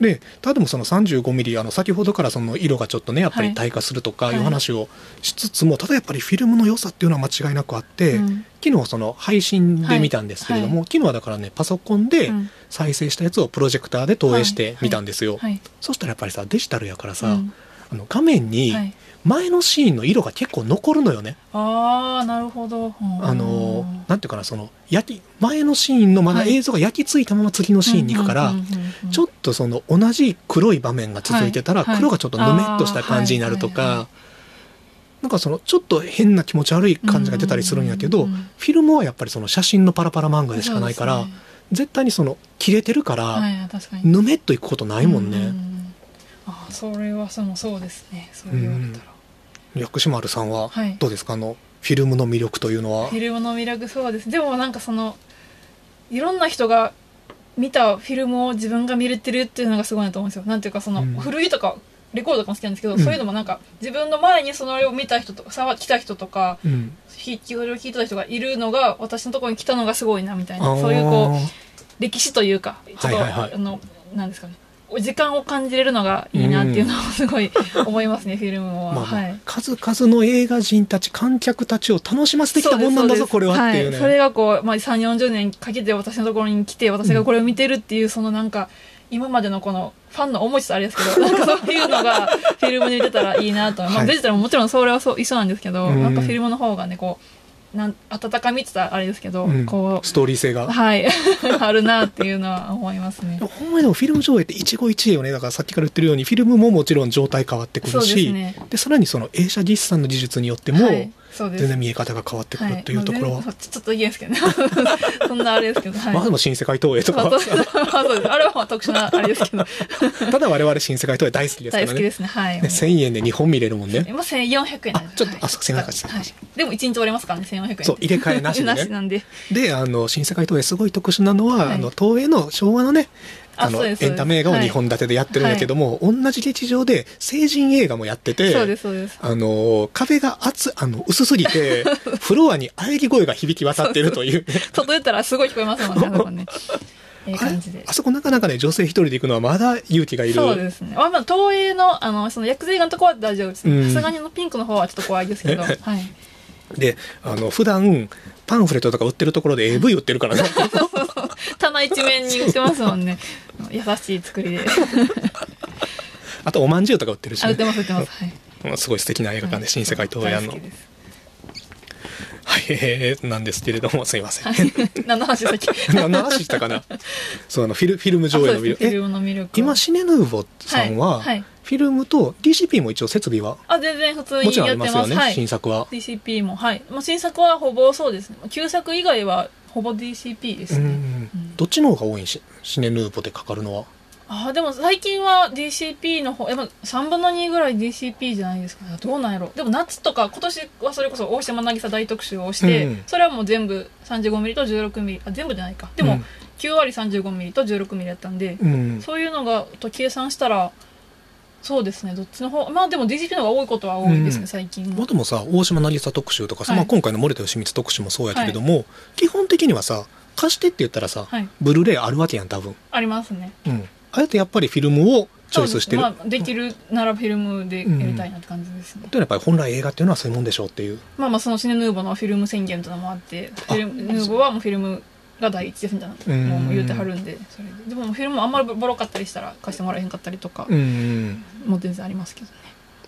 でただでもその35ミリあの先ほどからその色がちょっとねやっぱはりい退化するとかはいいう話をしつつも、ただやっぱりフィルムの良さっていうのは間違いなくあって、うん昨日その配信で見たんですけれども、はい昨日はだからねパソコンでうん再生したやつをプロジェクターで投影しはいてはい見たんですよ、はいそしたらやっぱりさデジタルやからさ、うんあの画面にはい、前のシーンの色が結構残るのよね、ああなるほど、うんあのなんていうかなその焼き前のシーンのまだはい映像が焼き付いたまま次のシーンに行くから、うんうんうんうんうんちょっとその同じ黒い場面が続いてたらはいはい黒がちょっとぬめっとした感じになるとあーはいはいかなんかそのちょっと変な気持ち悪い感じが出たりするんやけどうんうんうんうんフィルムはやっぱりその写真のパラパラ漫画でしかないかそうらですね絶対にその切れてるかはらい確かにぬめっといくことないもんうううねんあーそれはそのそうですねそう言われたら、薬師丸さんははいどうですかあのフィルムの魅力というのはフィルムの魅力そうですでもなんかそのいろんな人が見たフィルムを自分が見れてるっていうのがすごいなと思うんですよなんていうかその、うん古着とかレコードとかも好きなんですけど、うんそういうのもなんか自分の前にそれを見た人とか触来た人とかうんひそれを聞いてた人がいるのが私のところに来たのがすごいなみたいあなーそういうこう歴史というかちょっと、はいはいはいあのなんですかねお時間を感じれるのがいいなっていうのをすごい思いま すね、フィルムまは、あまあはい数々の映画人たち観客たちを楽しませてきたもんなんだそうぞですこれはっていうはねそれがこう、まあ、3 4 0年かけて私のところに来て私がこれを見てるっていう、そのなんか今までのこのファンの思いとあれです けどなんかそういうのがフィルムに出たらいいなと、まはあ、いデジタルももちろんそれはそう一緒なんですけど、うんなんかフィルムの方がねこうなん温かみって言ったらあれですけど、うんこストーリー性うがはい あるなっていうのは思いますねで。もほんまにでもフィルム上映って一期一会よねだからさっきから言ってるようにフィルムももちろん状態変わってくそるうですし、ねでさらにその映写技師さんの技術によってもはいそうです全然見え方が変わってくるというところは、はいまあ全然ちょちょっといいですけど ねそんなあれですけど、はいまあでも新世界東映とかまあは そうまあそうですあれはまあ特殊なあれですけど ただ我々新世界東映大好きですから大好ねきですね。はい。ね1000円で2本見れるもんね今千四百円なんです。あちょっとはいあそうすいませんはい。でも一日折れますからね、千四百円。そう入れ替えなしでねなんで。であの新世界東映すごい特殊なのは、はいあの東映の昭和のねああのそうエですそうですンタメ映画をはい2本立てでやってるんだけども、同じ劇場で成人映画もやっててそうですそうです。あの壁が厚あの薄すぎ てフロアに喘ぎ声が響き渡ってるという届いたらすごい聞こえますも んね、あそこね。ええあれ感じであ。そこなかなかね、女性一人で行くのはまだ勇気がいる。そうですね。まあまあ東映のあのその薬剤画のとこは大丈夫です。うんさすがにあのピンクの方はちょっと怖いですけど、はい。であの、普段、パンフレットとか売ってるところで AV 売ってるから ね。棚一面に売ってますもんね。優しい作り で。あと、おまんじゅうとか売ってるし、あ売ってね。ます売ってます。はい。うんすごい素敵な映画館はで、い新世界東映あ大の好き。ですはい、えー なんですけれども、すいません。はい。 何の話だっけ。な何話したか なそう、あの、フィル、フィルムあそ 上う映でのビデオ。すねフィえルムの魅力。今、シネヌーボさんは、はいはいフィルムと DCP も一応設備は、あ全然普通にもちろんあやりってまますす。よね、はい。新作は。 DCP もはい、まあ、新作はほぼそうですね旧作以外はほぼ DCP でうすんね、うん。どっちの方が多いんし、シネヌーボでかかるのは。ああでも最近は DCP の方えまあ3分の2ぐらい DCP じゃないですかねどうなんやろでも夏とか今年はそれこそ大島渚大特集をして、うんそれはもう全部 35mm と 16mm あ全部じゃないかでうもん9割 35mm と 16mm だったんで、うん。そういうのがと計算したらそうですねどっちの方まあでも DCP の方が多いことは多いですね、うん最近まあ、はでもさ大島渚特集とかさ、はいまあ、今回の森田芳光特集もそうやけれども、基本的にはさ貸してって言ったらさ、はいブルーレイあるわけやん多分、ありますねうん、あえてやっぱりフィルムをチョイスしてる、そうですねまあ、できるならフィルムでやりたいなって感じですね、というのはやっぱり本来映画っていうのはそういうもんでしょうっていうまあまあそのシネヌーボのフィルム宣言というのもあってあフィルムヌーボはもうフィルムが第一ですみたいなうんもう言ってはるんでそれででももうフィルムあんまりボロかったりしたら貸してもらえへんかったりとかうんもう全然ありますけどね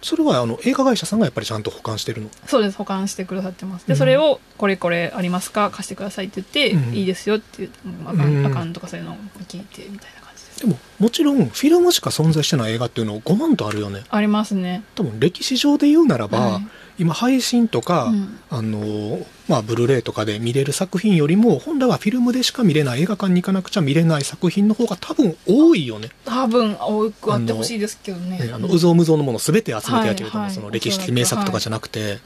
それはあの映画会社さんがやっぱりちゃんと保管してるのそうです保管してくださってますうでんそれをこれこれありますか貸してくださいって言って、うんいいですよって言ってまああかうんんあかんとかそういうのを聞いてみたいな感じですでももちろんフィルムしか存在してない映画っていうの5万とあるよねありますね多分歴史上で言うならば、はい今配信とか、うんあのまあ、ブルーレイとかで見れる作品よりも本来はフィルムでしか見れない映画館に行かなくちゃ見れない作品の方が多分多いよね。多分多くあってほしいですけどねねあのうぞうむぞうのもの全て集めてやけれども、はいはいその歴史的名作とかじゃなくて、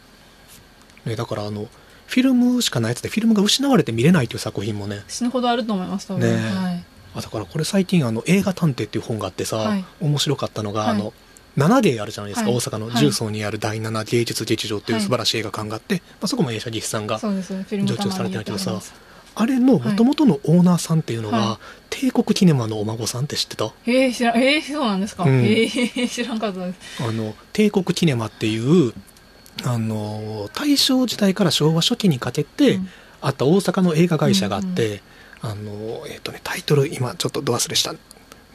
ね、だからあのフィルムしかないやつでフィルムが失われて見れないという作品もね死ぬほどあると思います多分、ねえはいあだからこれ最近あの映画探偵っていう本があってさ、はい面白かったのが、はいあの7芸あるじゃないですか、はい大阪のはい重曹にある第7芸術劇場っていう素晴らしい映画館があって、まあ、そこも映写技師さんがそうですねフィルム常駐されてないけどさたまにやってはあれの元々のオーナーさんっていうのが、は帝国キネマのお孫さんって知ってたりますえー、知らんえー、そうなんですか、うんえー、知らんかったですあの帝国キネマっていうあの大正時代から昭和初期にかけて、うんあった大阪の映画会社があって、あのえっ、とねタイトル今ちょっとど忘れした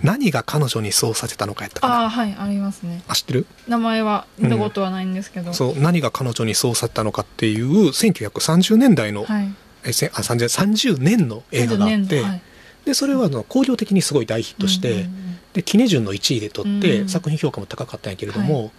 何が彼女にそうさせたのかやったかなああはいありますねあ知ってる名前は見たことはないんですけど、そう何が彼女にそうさせたのかっていう1930年代の、はいえせあ 30, 30年の映画があっ30て、年度はいでそれはあの興行的にすごい大ヒットして、うんうんうんでキネジュンの1位で取って、うん作品評価も高かったんやけれども、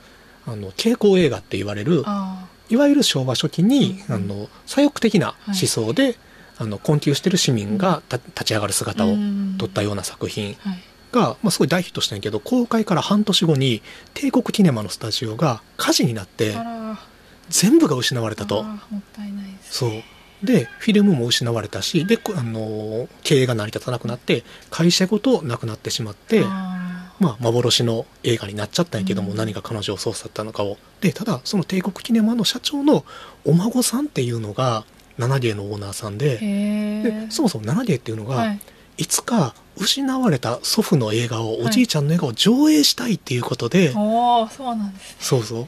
あの蛍光映画って言われるあいわゆる昭和初期に、うんあの左翼的な思想で、あの困窮してる市民がた立ち上がる姿を撮ったよ、ような作品はい、が、まあ、すごい大ヒットしたんやけど公開から半年後に帝国キネマのスタジオが火事になってあら全部が失われたあとら。もったいないですそうでフィルムも失われたしで、こあの経営が成り立たなくなって会社ごとなくなってしまって。あまあ、幻の映画になっちゃったんやけども、うん何が彼女を操作だったのかをでただその帝国キネマの社長のお孫さんっていうのが7芸のオーナーさんーででへえそもそも7芸っていうのが、、はいい、つか失われた祖父の映画をはいおじいちゃんの映画を上映したいっていうことで、おおそうなんですそうそ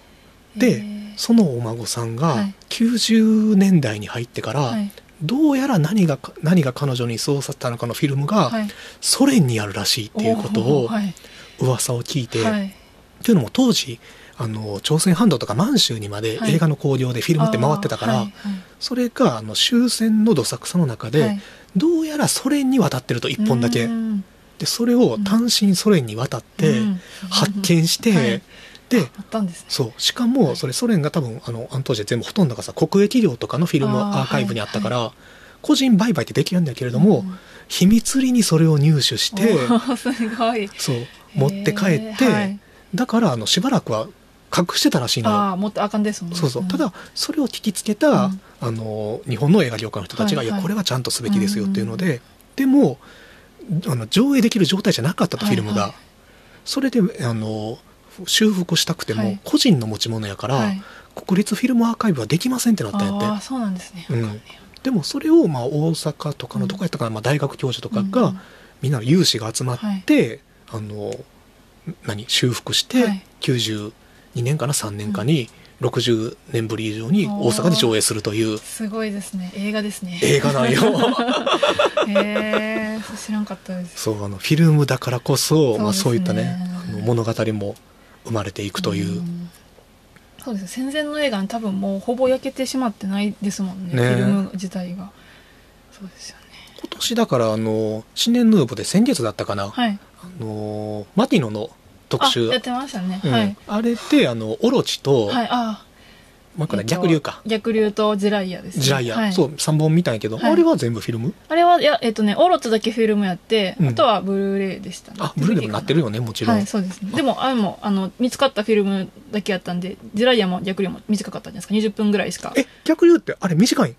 うでへーそのお孫さんはがい90年代に入ってから、はいどうやら何がか何が彼女にそうさせたのかのフィルムがはいソ連にあるらしいっていうことおをーはい噂を聞いて。はいっていうのも当時あの朝鮮半島とか満州にまではい映画の興行でフィルムって回ってたから、あーはいそれがあの終戦のどさくさの中で、はいはいどうやらソ連に渡ってると1本だけうんでそれを単身ソ連に渡ってうん発見して、はいであったんですねそうしかもそれソ連が多分あのあの当時は全部ほとんどがさ国営企業とかのフィルムあーアーカイブにあったから、個人売買ってできるんだけれども、うん秘密裏にそれを入手して おーすごいそう持って帰って、へーはいだからあのしばらくは隠してたらしいのよ。ああもっとあかんですもんねそうそう、んただそれを聞きつけた、うんあの日本の映画業界の人たちが、はいいはいやこれはちゃんとすべきですよっていうので、でもあの上映できる状態じゃなかったと、はいフィルムはいがそれであの修復したくても、はい個人の持ち物やから、はい国立フィルムアーカイブはできませんってなったんあやあっそうなんですねて、うん、でもそれを、まあ、大阪とかのどこやったかな、まあ、大学教授とかが、うんみんなの有志が集まって、あの何修復して、はい92年かな3年かに、60年ぶり以上に大阪で上映するというすごいですね映画ですね映画 なんよへえそう知らんかったですそうあのフィルムだからこそそう,、まあ、そそうういですねったねあの物語も生まれていくという、んそうです戦前の映画に多分もうほぼ焼けてしまってないですもんねねえフィルム自体がそうですよね今年だからあの新年ヌーボで先月だったかな、はいあのマティノの特集あやってましたね、うんはいあれであのオロチと、はいあもう一個ねえっと逆流か逆流とジライアです、ね、ジライア、はい、そう3本見たんやけど、はいあれは全部フィルムあれはいやえっとねオロツだけフィルムやって、うんあとはブルーレイでしたねあブルーレイもなってるよねもちろん、はいそうですねでもあれもあの見つかったフィルムだけやったんでジライアも逆流も短かったんじゃないですか20分ぐらいしかえ逆流ってあれ短いん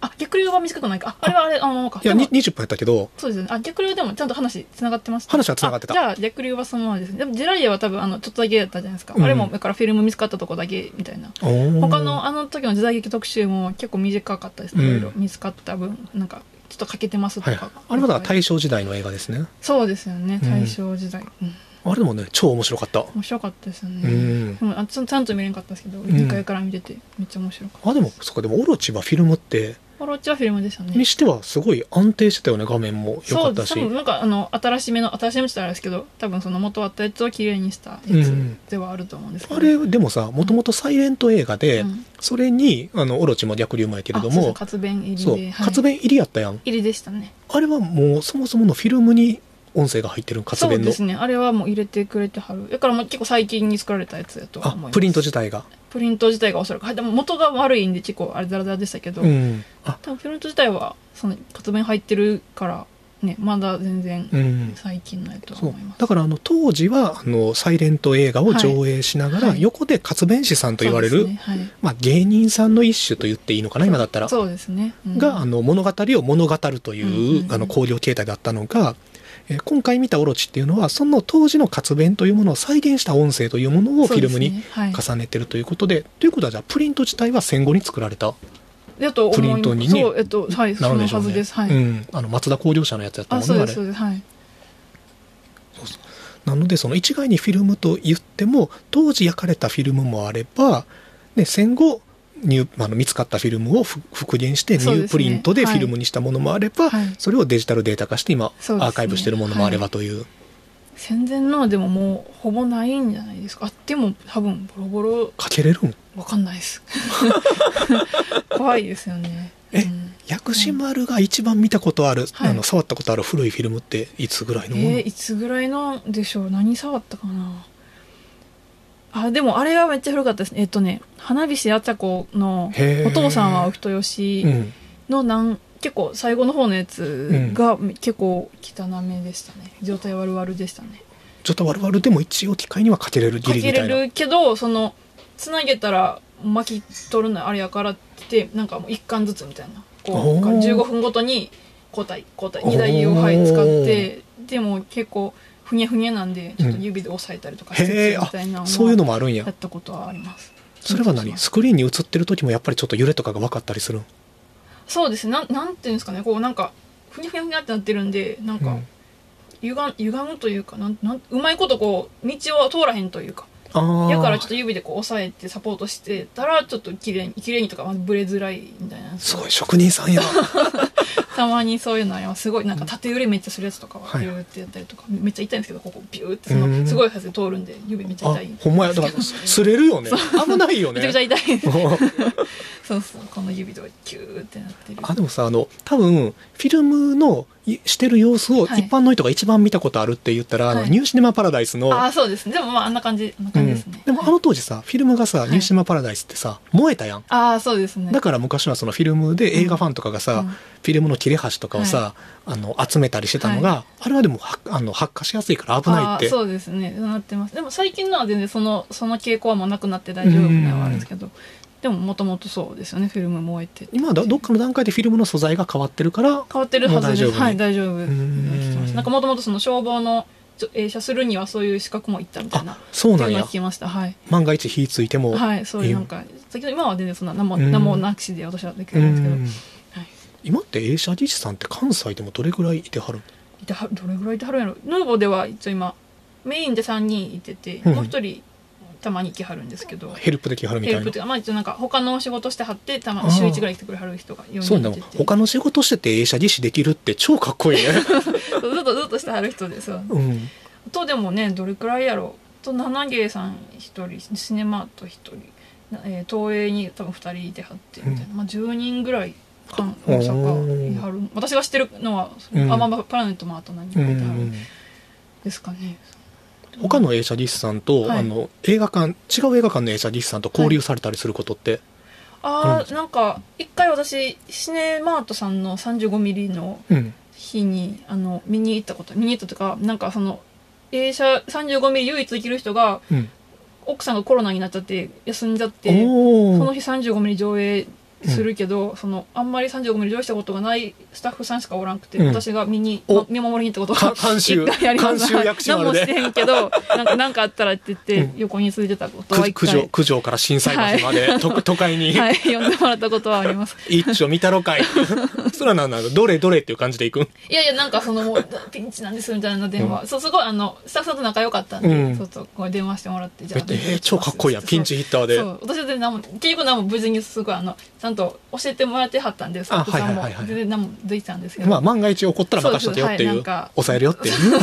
あ逆流は短くないかああれはあれあのままかいやでにも20分やったけどそうですよねあ逆流でもちゃんと話つながってました話は繋がってたあじゃあ逆流はそのままですねでもジェラリアは多分あのちょっとだけだったじゃないですか、うんあれもだからフィルム見つかったとこだけみたいな他他のあの時の時代劇特集も結構短かったですね、うんいろいろ見つかった分なんかちょっと欠けてますとはか、いはい、あれはだから大正時代の映画ですねそうですよねうん大正時代、うんあれでもね超面白かった面白かったですよね、うんでもあちゃんちゃんと見れなかったんですけどん2階から見ててめっちゃ面白かったあでもそっかでもオロチはフィルムってオロチはフィルムでしたねにしてはすごい安定してたよね画面も良そかっうでたしす多分なんかあの新しめの新しめのって言ったらあれですけど多分その元あったやつを綺麗にしたやうんつではあると思うんですけど、あれでもさもともとサイレント映画で、うんそれにあのオロチも逆流もやけれどあそうそうも活弁入りでそうはい活弁入りやったやん入りでしたねあれはもうそもそものフィルムに音声が入ってる活そう弁の、ですねあれはもう入れてくれてはるだからもう結構最近に作られたやつだとあは思いますプリント自体がプリント自体がおそらくはいでも元が悪いんで結構あれザラザラでしたけど、うんあ多分プリント自体はその活弁入ってるからねまだ全然うん最近のやとはそう思います、だからあの当時はあのサイレント映画を上映しながら、はい横で活弁士さんと言われそる、うですねはいまあ、芸人さんの一種と言っていいのかな今だったらそうですね、うんがあの物語を物語るという,、うんうんあの工業形態だったのが、えー今回見た「オロチ」っていうのはその当時の活弁というものを再現した音声というものをフィルムにそうです重ねねてるということでということはじゃあプリント自体は戦後に作られたはい、だと思いプますリントにねそうえっとはいなそののでしょはうずねですはい、うん、あの松田工業者のやつやったあもんそうねあですれそうですはいなのでその一概にフィルムと言っても当時焼かれたフィルムもあれば、ね、戦後入あの見つかったフィルムをふ復元してニそうですねュープリントではフいィルムにしたものもあれば、はいそれをデジタルデータ化して今、アそうですねーカイブしてるものもあればという。戦前のはでももうほぼないんじゃないですかあっても多分ボロボロかけれるんわかんないです 怖いですよねえうん薬師丸が一番見たことある、はいあの触ったことある古いフィルムっていつぐらいのもの、えーいつぐらいのでしょう何触ったかなあでもあれはめっちゃ古かったですねえっとね花菱あち子のへーお父さんはお人よしうん、のなん結構最後の方のやつが結構汚めでしたね状態悪々でしたねちょっと我々でも一応機械にはかけれるかギリけみたれいなるけどそのつなげたら巻き取るのあれやからってなんかもう一巻ずつみたいなこおうーなんか15分ごとに交代交代2台をはい使ってでも結構ふにゃふにゃなんでちょっと指で押さえたりとかしへてえみたいなあそういうのもあるんややったことはありますそれは何スクリーンに映ってる時もやっぱりちょっと揺れとかが分かったりするんそうですねなんなんていうんですかねこうなんかふにゃふにゃふにゃってなってるんでなんうかん歪ん歪むというかなんなんうまいことこう道を通らへんというかああやからちょっと指でこう押さえてサポートしてたらちょっと綺麗に綺麗にとかまあブレづらいみたいなすごい職人 さんやたまにそういうのありますすごいなんか縦揺れめっちゃするやつとかははいビューってやったりとか、めっちゃ痛いんですけどここビューってそうんのすごい風通るんで指めっちゃあ痛い めほんまやだからすれるよね危ないよねちゃくちゃ 痛いうんそうそうこの指でキューってなってるあでもさあの多分フィルムのいしてる様子をはい一般の人が一番見たことあるって言ったら、あのはいニューシネマパラダイスのああそうですねでもまああんな感じあんな感じですね、うん、でもあの当時さフィルムがさ「いニューシネマ・パラダイス」ってさ燃えたやんああそうですねだから昔はそのフィルムで映画ファンとかがさ、うんフィルムの切れ端とかをさ、あの集めたりしてたのが、あれはでもはあの発火しやすいから危ないっあーてそうですねなってますでも最近のは全然そのその傾向はもうなくなって大丈夫なのはあるんですけどでももともとそうですよねフィルム燃えて今はどどっかの段階でフィルムの素材が変わってるから変わってるはずですもう大丈夫ねはい大丈夫ん聞きましたなんかもともとその消防のちょ映写するにはそういう資格もいったみたいなあそうなんっていのやは聞きましたはい万が一火ついても、はいそういいういなんか先ほど今は全然そんな何もうん何もなくしで私はできうるんですけど、はいん、今って映写技師さんって関西でもどれぐらいいてはるいてはどれぐらいいてはるんやろヌーボーでは一応今メインで3人いてて、うんもう一人たまに来はるんですけどヘルプできはるみヘたルいなプっていうかまあ一応なんか他の仕事してはってたまあーに週1ぐらい来てくれはる人が4そうな人いのてて他の仕事してて映写技師できるって超かっこいいね、そうずっとずっとしてはる人で そううん、あとでもねどれくらいやろうあと七芸さん一人シネマート一人、なえー東映に多分二人いてはってみたいな、まあ、10人ぐらい関大阪いはる私が知ってるのは、それうんあまあまあプラネットもあと何人うかいてはるんんですかね、他の映写技師さんと、はいあの映画館違う映画館の映写技師さんと交流されたりすることって、ああ、なんか一回私シネマートさんの35ミリのうん日にあの見に行ったこと見に行ったとかなんかその映写35ミリ唯一できる人がうん奥さんがコロナになっちゃって休んじゃっておそーの日35ミリ上映するけど、そのあんまり35ミリ用意したことがないスタッフさんしかおらんくて、うん私が見に、おま見守りに行ったことがか監修一回あります監修薬師何丸でもしてへんけどなんかなんかあったらって言って、うん横に続いてたことはく一九条回、九条から震災橋まで、と都会に、はい、呼んでもらったことはあります一丁見たろかい そらなんなのどれどれっていう感じでいくんいやいやなんかその もうピンチなんですみたいな電話、そうすごいあのスタッフさんと仲良かったんで、うんちょっとこう電話してもらってじえー超かっこいいやんピンチヒッターでそう私は全然何も結局何も無事にすごいあのちゃんと教えてもらってはったんですあお客さんもはいはいはいはい全然何もできたんですけど、まあ万が一起こったら任しとけよっていそううですはいなんか抑えるよ っていう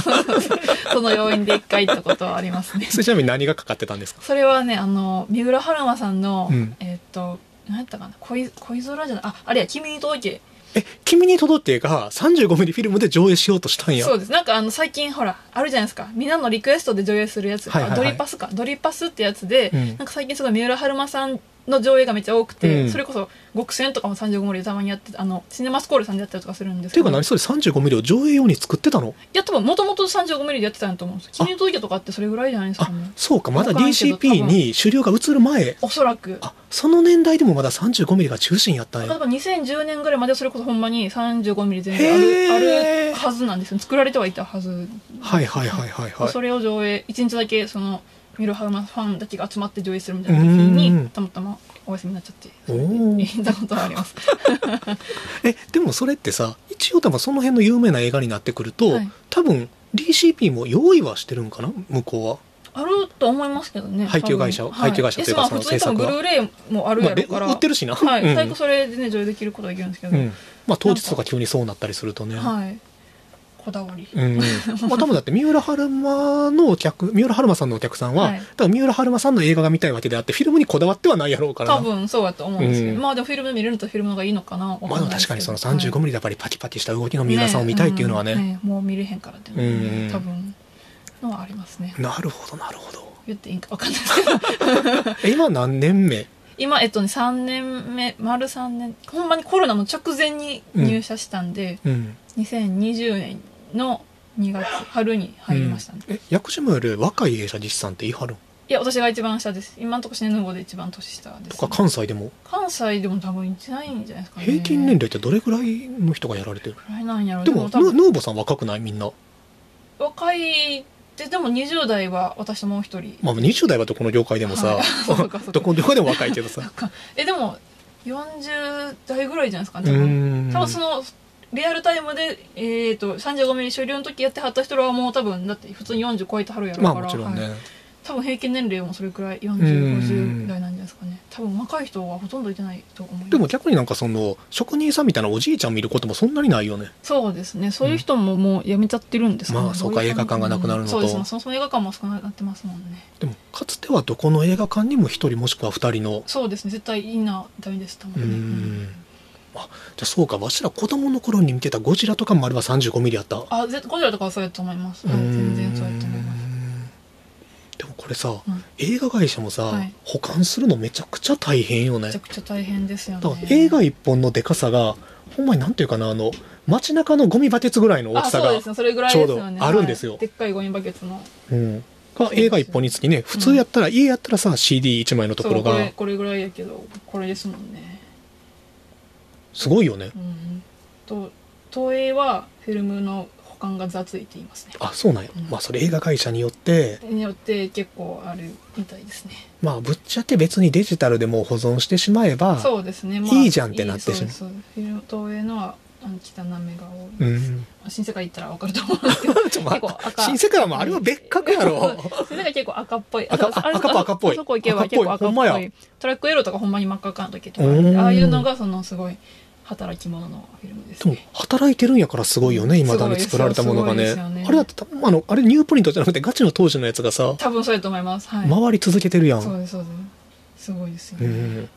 その要因で一回行ったことはありますね それちなみに何がかかってたんですかそれはねあの三浦春馬さんの、うんえーっと何やったかな恋恋空じゃないああれや君に届けえ君に届けが35ミリフィルムで上映しようとしたんやそうですなんかあの最近ほらあるじゃないですかみんなのリクエストで上映するやつ、はいはいはいあドリパスかドリパスってやつで、うんなんか最近すごい三浦春馬さんの上映がめっちゃ多くうて、んそれこそ極戦とかも35森でたまにやってあのシネマスコールさんでやったりとかするんですていけうかど何それ35ミリを上映用に作ってたのいや多分もともと35ミリでやってたんだと思うんですよあ君の届けとかってそれぐらいじゃないですかあねそうかまだわからんけど DCP に主流が移る前おそらくあその年代でもまだ35ミリが中心やったん例えやば2010年ぐらいまではそれこそほんまに35ミリ全へ然あるーあるはずなんですよ作られてはいたはずはいはいはいはいはいそれを上映1日だけそのミルハウマファンだけが集まって上映するみたいな時に、うんたまたまお休みになっちゃっておおー行ったことはありますえでもそれってさ一応多分その辺の有名な映画になってくると、はい多分 DCP も用意はしてるんかな向こうはあると思いますけどね配給会社多分配給会社というかはそのえまあ普通に多分制作はグルーレイもあるまやあろれ、うから、売ってるしな、はい、うん最後それでね上映できることはできるんですけど、うんまあ、当日とか急にそうなったりするとね、はいこだわり、うんうんまあ、多分だって三浦春馬のお客三浦春馬さんのお客さんは、はい多分三浦春馬さんの映画が見たいわけであってフィルムにこだわってはないやろうからな多分そうやと思うんですけど、うんまあでもフィルム見れるのとフィルムの方がいいのかなわんまあないででも確すかけにどその 35mm でやっぱりパキパキした動きの三浦さんを見たいっていうのはね,、ええもう見れへんからっていうのうんは多分のはありますねなるほどなるほど言っていいんかわかんないですけどえ今何年目今えっとね3年目丸3年ほんまにコロナの直前に入社したんで、うん、 2020年の2月春に入りましたね、うんえ薬師もより若い映写技師さんって言い張るんいや私が一番下です今のところシネヌーボーで一番年下でとす、か関西でも関西でも多分いてないんじゃないですかね平均年齢ってどれぐらいの人がやられてるぐらいなんやろうででもも多ヌ分ヌーボさん若くないみんな、若いででも20代は私ともう一人まあ、20代はどこの業界でもさ、はい そうかそうかどこの業界でも若いけど さえでも40代ぐらいじゃないですかうね多分ーん多分そのリアルタイムで、えー、と35ミリ終了の時やってはった人らはもう多分だって普通に40超えてはるやろうまかあら、もちろんね、はい多分平均年齢もそれくらいうん4050代なんじゃないですかね多分若い人はほとんどいてないと思いますでも逆になんかその職人さんみたいなおじいちゃん見ることもそんなにないよねそうですねそういう人ももうやめちゃってるんですねまあそうかどい映画館がなくなるのとそうですねそもそも映画館も少なくなってますもんねでもかつてはどこの映画館にも1人もしくは2人のそうですね絶対いいなダメです多う分ーねんあじゃあそうかわしら子供の頃に見てたゴジラとかもあれば35ミリやったうあぜゴジラとかはそうやと思います、ーはい、ん全然そうやと思いますでもこれさ、うん映画会社もさ、はい保管するのめちゃくちゃ大変よねめちゃくちゃ大変ですよだねから映画一本のでかさがほんまになんていうかなあの街中のゴミバケツぐらいの大きさあそがうですねそれぐらいですよちょうねどあるんですよはいでっかいゴミバケツのうん、が映画一本につきね普通やったら、家やったらさ CD1 枚のところそうこがれこれぐらいやけどこれですもんねすごいよねうんと東映はフィルムの保管がざついていますねあそうなんや、うんまあそれ映画会社によってによって結構あるみたいですねまあぶっちゃけ別にデジタルでもう保存してしまえばそうですね、いいじゃんってなってしまういいそうですそうですフィルム東映のはあの汚めが多い、うん新世界行ったら分かると思うんですけどちょま結構あ赤新世界はもうあ れは別格やろ新世界結構赤っぽい赤あそうああれ赤っぽい赤っぽいあそこ行けば赤っぽい結構赤っぽほんまいやトラックエロとかほんまに真っ赤っかの時とかあるうんでんああいうのがそのすごい働き者のフィルムですでもね働いてるんやからすごいよね未だに作られたものがねすごいですよすごいですよねあれだってたあのあれニュープリントじゃなくてガチの当時のやつがさ多分そうやと思いますはい、回り続けてるやんそうですそうですすごいですようね、ん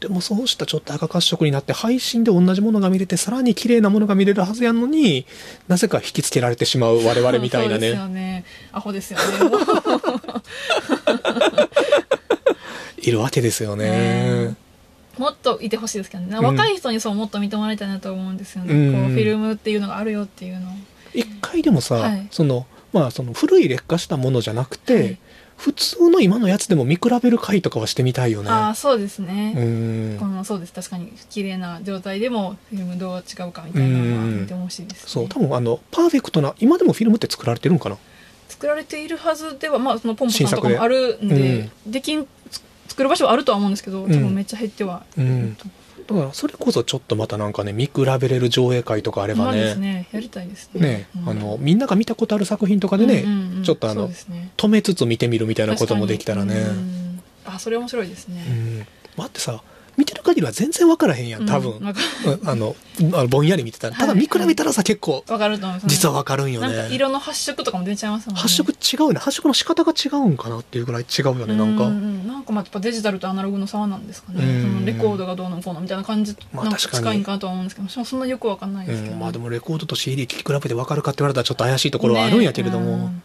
でもそうしたちょっと赤褐色になって配信で同じものが見れてさらに綺麗なものが見れるはずやのになぜか引きつけられてしまう我々みたいな そうですねよねアホですよねもう いるわけですよねね。もっといてほしいですけどねん若い人にそうもっと見てもらいたいなと思うんですよね、うんこうフィルムっていうのがあるよっていうのを一回でもさ、はいそのまあその古い劣化したものじゃなくて、はい普通の今のやつでも見比べる回とかはしてみたいよね。ああそうですうーね、こんのそうです確かに綺麗な状態でもフィルムどう違うかみたいなのは見てほしいです、ね、そう多分あのパーフェクトな今でもフィルムって作られてるんかな作られているはずではまあそのポンポさんと新作かでもあるんでできんつ作る場所はあるとは思うんですけど多うん分めっちゃ減ってはういんるとだからそれこそちょっとまたなんかね見比べれる上映会とかあれほんばまでねすねやりたいですねねうんあのみんなが見たことある作品とかでね、うんうんうんちょっとあそうのですね止めつつ見てみるみたいなこともできたらね、確かにうんあそれ面白いですうね、んだってさ見てる限りは全然分からへんやん多分、うんわかうんあのあのぼんやり見てたらただはい見比べたらさ結構わかると思います実は分かるんよなんかね色の発色とかも出ちゃいますもんね発色違うね発色の仕方が違うんかなっていうぐらい違うよねなんうかんなんかまあやっぱデジタルとアナログの差はなんですかね、うんそのレコードがどうのこうのみたいな感じまあなんか確かに近いんかなとは思うんですけど、私もそんなよくわかんないですけど、うんまあでもレコードと CD 聴き比べて分かるかって言われたらちょっと怪しいところはあるんやけれども、ね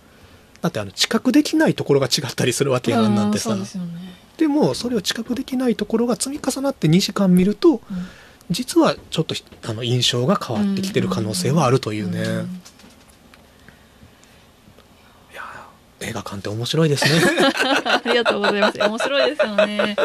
だってあの知覚できないところが違ったりするわけやうんんなんてさ、うんそうですよね、でもそれを知覚できないところが積み重なって2時間見るとうん実はちょっとひあの印象が変わってきてる可能性はあるというね、んい やー映画館って面白いです ねありがとうございます。面白いですよね。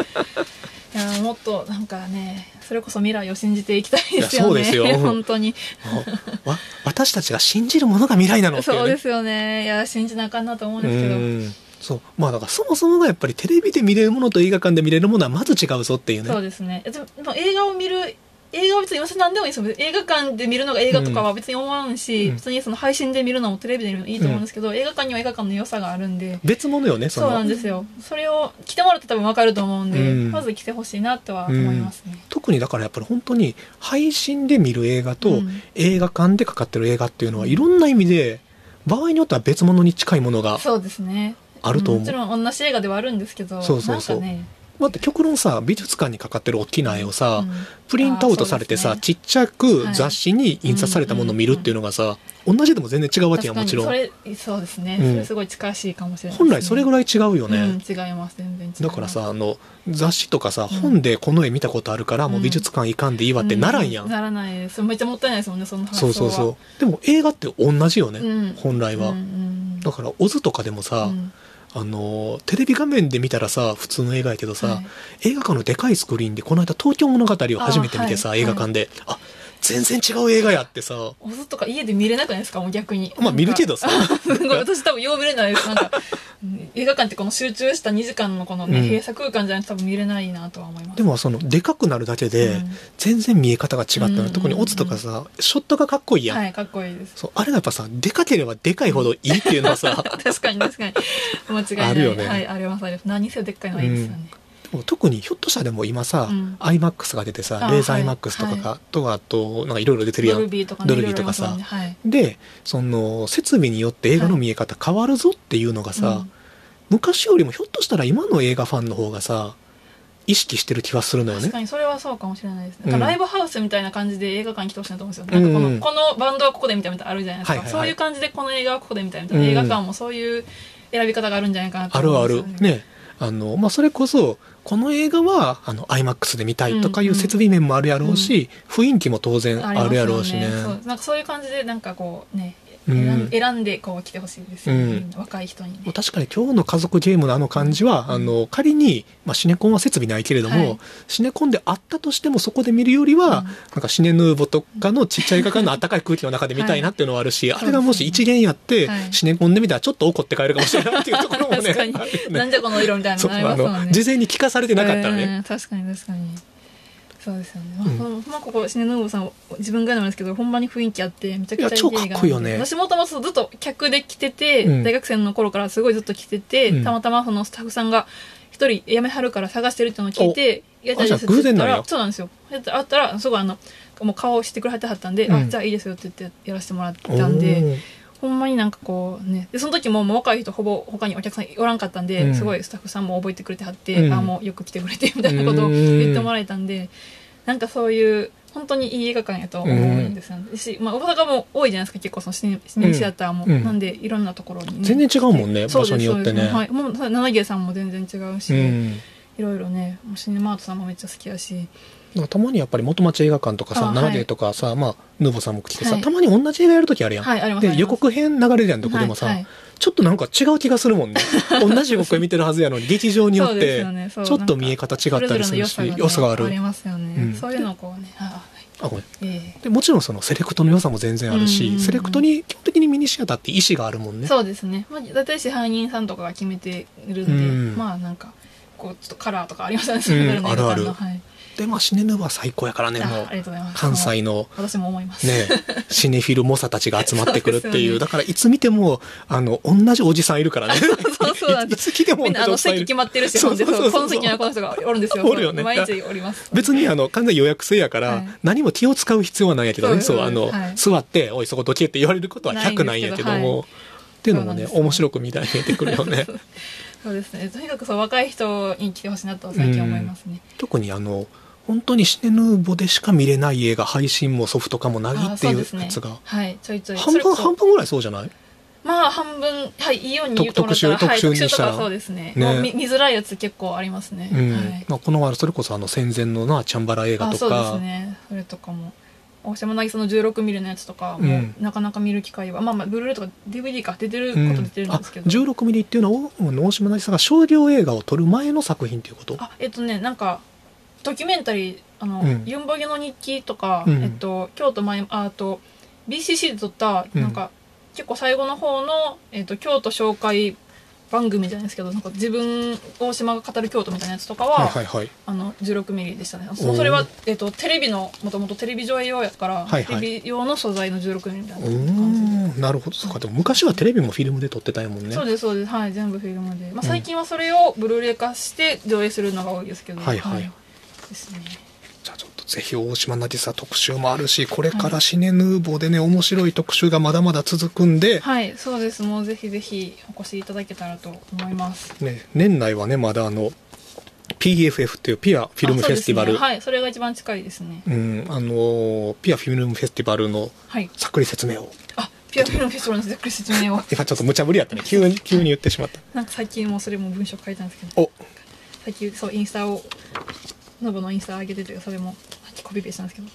いやもっとなんかね、それこそ未来を信じていきたいですよね。いやそうですよ 本当に。もうわ私たちが信じるものが未来なのっていう,、ね、そうですよね。いや信じなあかんなと思うんですけど。うんそうまあだからそもそもがやっぱりテレビで見れるものと映画館で見れるものはまず違うぞっていうねそうですね。でもでも映画を見る映画は別に私何でもいいですよ。映画館で見るのが映画とかは別に思わんし、うん別にその配信で見るのもテレビで見るのもいいと思うんですけど、映画館には映画館の良さがあるんで。別物よねそそうのなんですよ。それを来てもらって多分わかると思うんで、うんまず来てほしいなとは思いますね。特にだからやっぱり本当に配信で見る映画と、うん映画館でかかってる映画っていうのはいろんな意味で場合によっては別物に近いものがそうですね。あると思うもちろん同じ映画ではあるんですけどそうそうそうなんかね、だって極論さ美術館にかかってる大きな絵をさ、うんプリントアウトされてさ、あーそうですちっちゃくはい雑誌に印刷されたものを見るっていうのがさ、同じでも全然違うわけやんもちろ確んかにそれそうですね、うんそれすごい近しいかもしれない本来それぐらいらい違うよね、うん、違います全然違いますだからさあの雑誌とかさ、うん本でこの絵見たことあるからもううん美術館行かんでいいわってならんやん、うならないですそれめっちゃもったいないですもんねその発想そうはそうそうでも映画って同じよね、うん本来は、うんうんだからオズとかでもさ、うんあのテレビ画面で見たらさ普通の映画やけどさ、はい映画館のでかいスクリーンでこの間東京物語を初めて見てさ、あはい映画館で、あ全然違う映画やってさお酢とか家で見れなくないですかもう逆にまあ見るけどささすごい私多分よう見れないですなんかうん映画館ってこの集中した2時間のこのね、うん閉鎖空間じゃなくて多分見れないなとは思いますでもそのでかくなるだけでうん全然見え方が違ったの、うん特にオズとかさショットがかっこいいやん、はいかっこいいですそうあれがやっぱさでかければでかいほどいいっていうのは さ確かに確かに間違いないあるよねはいありますあります何せでっかいのはいいですよね、でも特にひょっとしたらでも今さ、うん iMAX が出てさあレーザーはい iMAX とかが、とかあとなんかいろいろ出てるやドルんビーとかねドルビーとかさいろいろありますもんねでその設備によって映画の見え方変わるぞっていうのがさ、はいうん昔よりもひょっとしたら今の映画ファンの方がさ意識してる気はするのよね確かにそれはそうかもしれないですね、うんなんかライブハウスみたいな感じで映画館に来てほしいなと思うんですよ、なんかこのうんこのバンドはここでみたいなのあるじゃないですか、はいはいはいそういう感じでこの映画はここでみたいな、映画館もそういう選び方があるんじゃないかなとある思あうんですよるねあの、まあ、それこそこの映画はあの IMAX で見たいとかいんうううん設備面もあるやろうし、雰囲気も当然あるやろうしあねりますよそうなんかそういう感じでなんかこうね、うん選ん選んでこう来てほしいですよね、うん若い人にねもう確かに今日の家族ゲームのあの感じは、うんあの仮に、まあ、シネコンは設備ないけれども、はいシネコンであったとしてもそこで見るよりは、うんなんかシネヌーボとかのちっちゃい映画館の暖かい空気の中で見たいなっていうのはある し、はいあれがもし一元やって、はいシネコンで見たらちょっと怒って帰るかもしれないっていうところも ね確かに、あるよねなんじゃこの色みたいなそのうありまあすもんのね事前に聞かされてなかったらね、うん確かに確かにそうですよね、まあうんほんまここシネノブさん自分がなんですけどほんまに雰囲気あってめちゃくちゃいい映画なんいや超でかっこいいよね私もともとずっと客で来てて、うん大学生の頃からすごいずっと来てて、うんたまたまそのスタッフさんが一人辞めはるから探してるっていうのを聞いて「やりたいです」あじゃっあて偶然言ったなんやらそうなんですよやったあったらすごいあのもう顔をしてくれはってはったんで「うあんじゃあいいですよ」って言ってやらせてもらったんで。ほんまになんかこうねでその時ももう若い人ほぼ他にお客さんおらんかったんで、うんすごいスタッフさんも覚えてくれてはって、うんあもうよく来てくれてみたいなことを言ってもらえたんで、なんかそういう本当にいい映画館やと思うんですよ、ねし、まあ、大阪も多いじゃないですか結構そのシネシネシアターも、うんなんでいろんなところにね、全然違うもんね場所によってね。はい、もうさ七芸さんも全然違うし、うんいろいろねもうシネマートさんもめっちゃ好きやしなんかたまにやっぱり元町映画館とかさ、あナはラいデーとかさ、まあ、ヌーボーさんも来てさ、はいたまに同じ映画やるときあるやん。はいありますありまです予告編流れるやんどこでもさ、はいはいちょっとなんか違う気がするも んね同じ予告編見てるはずやのに劇場によっそうですてよねそうちょっと見え方違そっれたりぞれすのる良しさが,、ね、良さがあありるますよね、うんそういうのをこうねああごめんあはいえでもちろんそのセレクトの良さも全然あるし、うんうんうんセレクトに基本的にミニシアターって意思があるもんえねそうですね、まあ、大体支配人さんとかが決めてるんで、うんまあなんかこうちょっとカラーとかありますよね、それぞれのあるある映画館のはい、でまあシネヌーは最高やからねあもありがとうございます関西のそう私も思います、 ねシネフィル猛者たちが集まってくるってそうでいすうよねだからいつ見てもあの同じおじさんいるからねそうそうなんいで つ来てもみんなあ同のじお席じ決さんまってるし、そうそうそうそうほんでこの席にはこの人がおるんですよ。おるよね毎日おります。別にあの完全予約制やから、はい何も気を使う必要はないんやけどねそそううあの、はい座って「おいそこどけ」って言われることは100ないんやけどもないんですけどはいっていうのもねそうなんですよ面白く見たい見えてくるよねそうですね。とにかくそう若い人に来てほしいなと最近思いますね。特にあの本当にシネヌーボでしか見れない映画配信もソフト化もないあーってそいううですねやつが、はい、ちょいちょい。半それ分こそ半分ぐらいそうじゃないまあ半分、はい、いいように言うともらったら、特は特い、集特集にとしたらかそうですね。ねもう見見づらいやつ結構ありますね。うんはい。まあ、この前それこそあの戦前のなチャンバラ映画あとそうですか、ね。それとかも。大島渚の16ミリのやつとかうもんなかなか見る機会は、まあまあブルーレイとか DVD か出てるうことん出てるんあですけど、 16ミリっていうのは大大島渚が商業映画を撮る前の作品っていうことあえっとねなんかドキュメンタリーあの、うんユンボゲの日記とか、うんえっと、京都前ああと BCC で撮ったうんなんか、結構最後の方の、えっと、京都紹介番組じゃないですけどなんか自分大島が語る京都みたいなやつとかはいは、はいはいあの16ミリでしたねおそーそれは、えっと、テレビのもともとテレビ上映用やから、はいはいテレビ用の素材の16ミリみたいなう感じで。ーんなるほどそうかでも昔はテレビもフィルムで撮ってたやもんねそうですそうですはい全部フィルムで、まあ、最近はそれをブルーレイ化して上映するのが多いですけど、はいはいですねじゃあちょっとぜひ大島渚特集もあるしこれからシネヌーボーでね面白い特集がまだまだ続くんで、はい、そうです。もうぜひぜひお越しいただけたらと思います。ね、年内はねまだあの PFF っていうピアフィルムフェスティバルあそうですねはい、それが一番近いですね。うんあのピアフィルムフェスティバルのはい。ざっくり説明をあ、ピアフィルムフェスティバルのざっくり説明を。 今ちょっと無茶ぶりやったね急に急に言ってしまったなんか最近もうそれも文章書いたんですけど、お最近そうインスタをノブのインスタ上げててそれもコピペしたんですけど。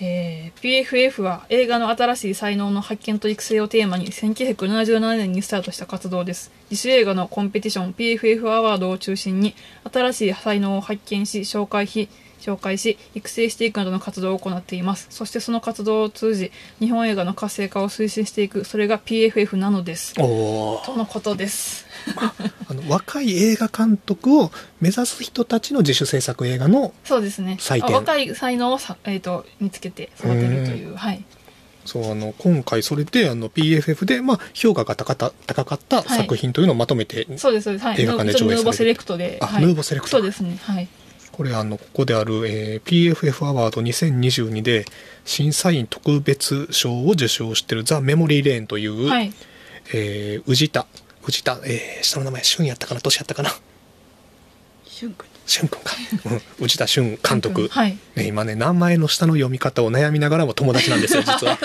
えー PFF は映画の新しい才能の発見と育成をテーマに1977年にスタートした活動です自主映画のコンペティション PFF アワードを中心に新しい才能を発見し紹介し紹介し育成していくなどの活動を行っていますそしてその活動を通じ日本映画の活性化を推進していくそれが PFF なのですおーとのことですあの若い映画監督を目指す人たちの自主制作映画のそうですね。採点あ若い才能をさ、えー、と見つけて育てるという、はい、そうあの今回それであの PFF で、まあ、評価が高かった高かったはい作品というのをまとめて、そうですそうです。はい。映画館で上映されるヌーボセレクトで、あはい、ヌーボセレクトそうですね。はい。これあのここである、えー PFF アワード2022で審査員特別賞を受賞している「ザ・メモリーレーン」という、はい。えー宇治田宇治田、えー下の名前俊やったかな年やったかな瞬間俊君か、うん、宇治田俊監督、はい。ね今ね名前の下の読み方を悩みながらも友達なんですよ実は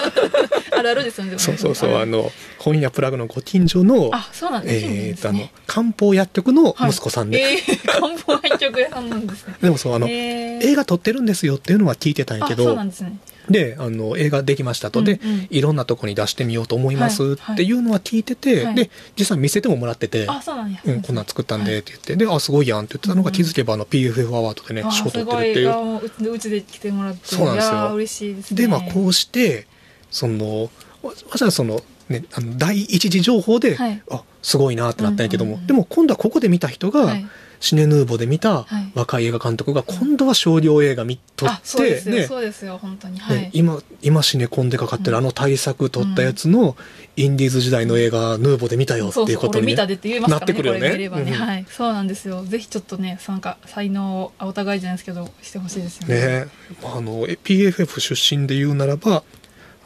あるあるですよね。でもねそうそうそうあるるの本屋プラグのご近所のあ、そうなんですね。えー、とあの漢方薬局の息子さんで、はい、えー、 漢方薬局屋さんなんですね。でもそうあの、えー、映画撮ってるんですよっていうのは聞いてたんやあ、けそうどなんですね。であの映画できましたと、でうんうんいろんなとこに出してみようと思います、はいはいっていうのは聞いてて、はいで実際見せてももらってて、あ、そうなんや。うん、こんなん作ったんはでいって言って、であすごいやんって言ってたのがうん気づけばあの PFF アワードでねあ賞取ってするっごていいう。あもううちうちで来てもらってそうなんですよいやー嬉しいですねでまあこうしてそのわわざわざその,、ね、あの第一次情報で、はいあすごいなってなったんやけども、うんうんうんでも今度はここで見た人が、はいシネヌーボで見たはい若い映画監督が今度は商業映画見とあっそうでて、すよ、ねそうですよ本当にはい、ね、今今シネコンでかかってるあの大作撮ったやつのインディーズ時代の映画ヌーボで見たよっていうことに、そうそう俺ね見たでって言えますからなってねくるよねこれ見ればね、うんはいそうなんですよぜひちょっとねなんか才能をお互いじゃないですけどしてほしいですよねねまああのえ PFF 出身で言うならば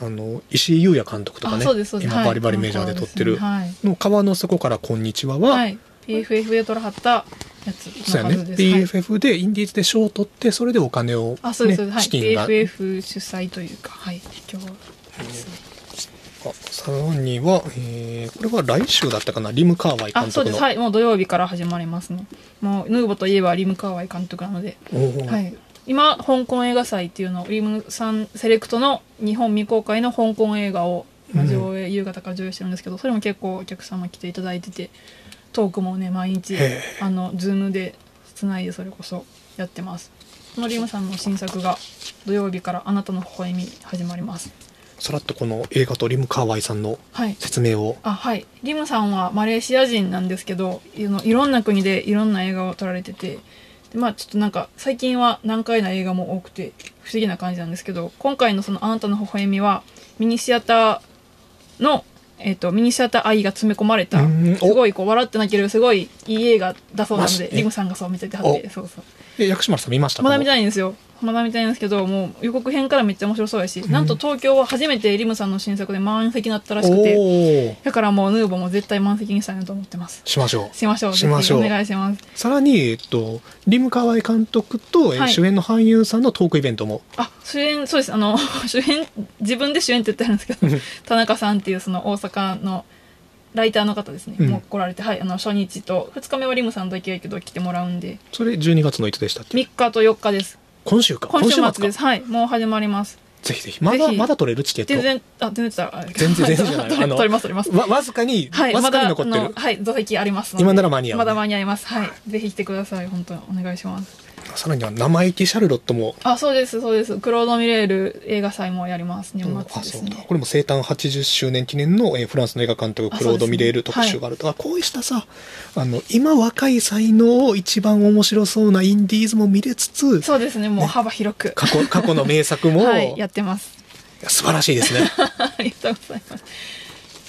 あの石井優也監督とかあねそうですそうです今はいバリバリメジャーで撮ってる、はい、の川の底から「こんにちはは」はい PFF で撮らはったやつそうやのねはずですはい PFF でインディーズで賞を取ってそれでお金を、あそうでねす、はい資金が PFF 主催というかはい今日ですねあさらには、えーこれは来週だったかなリム・カーワイあ監そ督うでのすはいもう土曜日から始まりますねもうヌーボといえばリム・カーワイ監督なのでおーはい今香港映画祭っていうのをウィムさんセレクトの日本未公開の香港映画をまあうん上映、夕方から上映してるんですけどそれも結構お客様来ていただいててトークもね毎日へあのズームでつないでそれこそやってますこのリムさんの新作が土曜日から「あなたの微笑み」始まりますさらっとこの映画とリム・カーワイさんのはい説明をあはいリムさんはマレーシア人なんですけどいろいろんな国でいろんな映画を撮られててでまあちょっとなんか最近は難解な映画も多くて不思議な感じなんですけど今回の「そのあなたの微笑み」はミニシアターの、えっとミニシアター愛が詰め込まれたうんすごいこう笑って泣けるすごいいい映画だそうなのマでジリムさんがそうめっちゃ言ってはってそうそうえ薬師丸さん見ましたまだ見いたいんですよまだ見たいんですけどもう予告編からめっちゃ面白そうやし、んなんと東京は初めてリムさんの新作で満席になったららしくておおだからもうヌーボーも絶対満席にしたいなと思ってます。しましょうしましょう。しましょうぜひお願いします。さらに、えっと、リム・カワイ監督と、えーはい主演の俳優さんのトークイベントも、あ、主演、そうです。あの、 主演、自分で主演って言ってるんですけど、田中さんっていうその大阪のライターの方ですね。うんもう来られて、はい、あの、初日と、2日目はリムさんだけやけど来てもらうんで、それ12月のいつでしたっけ3日と4日です。今週か今週末ですす。はい、もう始まります。ぜひぜひまだぜひまだ取れるチケット全然、あ、全然ちゃうあ全然全然じゃない あの 取ります、取ります。わわずかに、はい、わずまかにだ、残ってあるの、はい、座席ありますので。今なら間に合うねまだ間に合います。はい、ぜひ来てください。本当、お願いします。さらには生意気シャルロットも、あそうですそうですクロード・ミレール映画祭もやります年あ末でそすうだねこれも生誕80周年記念の、えーフランスの映画監督あクロード・そうですねミレール特集があるとか、こうしたさあの今若い才能を一番面白そうなインディーズも見れつつそうですねもう幅広く、過去 過去の名作も、はいやってます 素晴らしいですねありがとうございます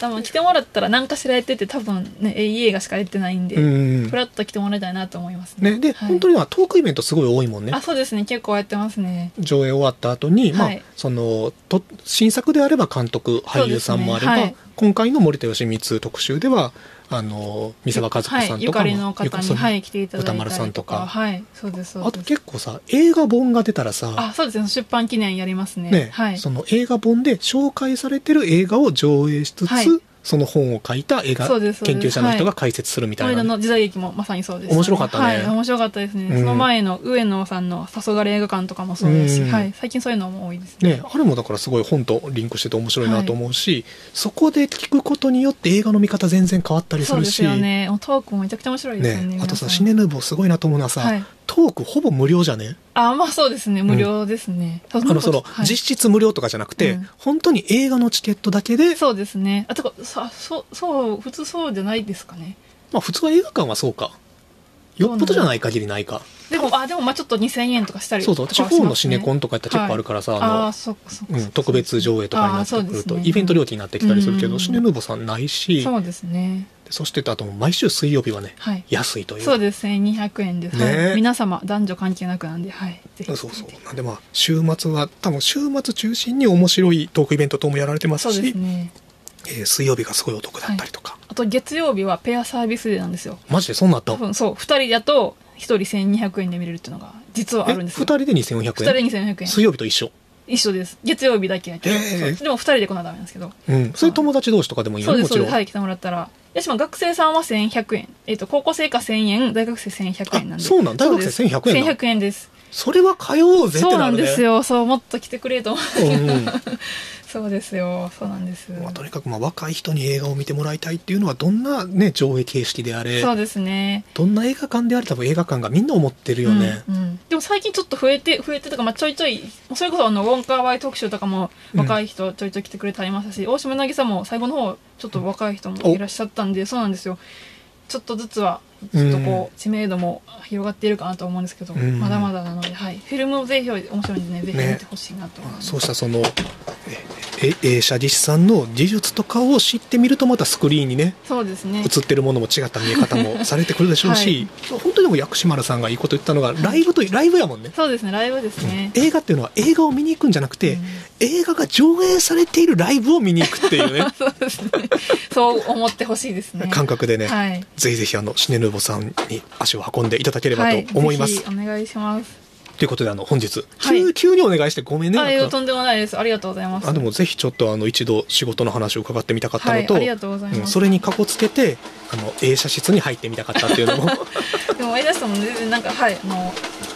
多分来てもらったら何かしらやってて多分ねえいい映画しかやってないんで、うんフラッと来てもらいたいなと思いますねねで、はい本当にはトークイベントすごい多いもんねあそうですね結構やってますね上映終わった後に、はまあい、そのと新作であれば監督そ俳うですね優さんもあれば、はい今回の森田芳光特集ではあの三沢和子さんとかも、はい、ゆかりのゆかり方に、さんはい、来ていただいたり歌丸さんとかはいそうですそうあでとす結構さ映画本が出たらさ、あそうですね出版記念やりますねねはいその映画本で紹介されてる映画を上映しつつ、はいその本を書いた映画そうですそうで研す究者の人が解説するみこたのいな間ね、の時代劇もまさにそうです、面白かったねはい、面白かったですね。うんその前の上野さんの黄昏映画館とかもそうですし、うんはい、最近そういうのも多いですね。ね、あれもだからすごい本とリンクしてて面白いなと思うし、そこで聞くことによって映画の見方全然変わったりすそうるでしすよね。トークもめちゃくちゃ面白いですよね。ねあとさ皆シさんネヌーボーすごいなと思うのはさ、はいトークほぼ無料じゃねあ、まあそうですね。無料ですね。ああのその、実質無料とかじゃなくて、うん本当に映画のチケットだけで、そうですね。あ、とか、さ、そう、そう、普通そうじゃないですかね。まあ普通は映画館はそうかよっぽどじゃない限りないかでも、あ、でもまあちょっと2000円とかしたりそとうかそうは地方のシネコンンとかやったら結構あるからさ、あああ、そっかそっかのうん、特別上映とかになってあーくるそと、うですねイベント料金になってきたりするけうんうんど、うんシネヌーボーさんないしそうですね。そしてあと毎週水曜日はねはい。安いというそうですね。200円です。ねはい皆様、男女関係なくなんで、はい。ぜひ。そうそうなんでまあ週末は多分週末中心に面白いトークイベント等もやられてまそすしうですね。えー水曜日がすごいお得だったりとか、あと月曜日はペアサービスデーなんですよ。マジでそんなんあった多分そう、二人だと一人1200円で見れるっていうのが実はあえるんです2よ。人で2400二円人2400円。水曜日と一緒一緒です。月曜日だけやけど。ええそうでも二人で来なダメなんですけど。うんそれ友達同士とかでもいいそようねです、もそちうろでん、す。はい、来てもらったら。いやしも学生さんは1100円。えっ、と、高校生以下1000円、大学生1100円なんで。あそうなん大学生そうです1100円なの1100円です。それは通おうぜってそうななるんねですよ。そう、もっと来てくれと思 う。うんそうですよ。そうなんです。まあ、とにかくまあ若い人に映画を見てもらいたいっていうのはどんな、ね、上映形式であれそうですね。どんな映画館であれ多分映画館がみんな思ってるよね、うんうんでも最近ちょっと増えて増えてとか、まあ、ちょいちょいそれこそあのウォンカーワイ特集とかも若い人ちょいちょい来てくれてありましたし、大島渚も最後の方ちょっと若い人もいらっしゃったんでそうなんですよちょっとずつはちょっとこう知名度も広がっているかなと思うんですけど、うんまだまだなので、はい、フィルムもぜひ面白いんでねぜひね見てほしいなと思います、そうしたそのええ映写技師さんの技術とかを知ってみるとまたスクリーンにねそうですね映ってるものも違った見え方もされてくるでしょう し、本当にでも薬師丸さんがいいこと言ったのがライブとライブやもんねそうですねライブですね、映画っていうのは映画を見に行くんじゃなくて、うん映画が上映されているライブを見に行くって いうねそうですねそう思ってほしいですね感覚でね、はいぜひぜひあのシネヌーボさんに足を運んでいただければと思います。はい、ぜひお願いしますということであの本日、はい急急にお願いしてごめんね。あいなやんかとんでもないですありがとうございますあでもぜひちょっとあの一度仕事の話を伺ってみたかったのと,、はいありがとうございますんそれにかこつけて あの映写室に入ってみたかったっていうのもでも、エダさんも全然なんか、はい、あの、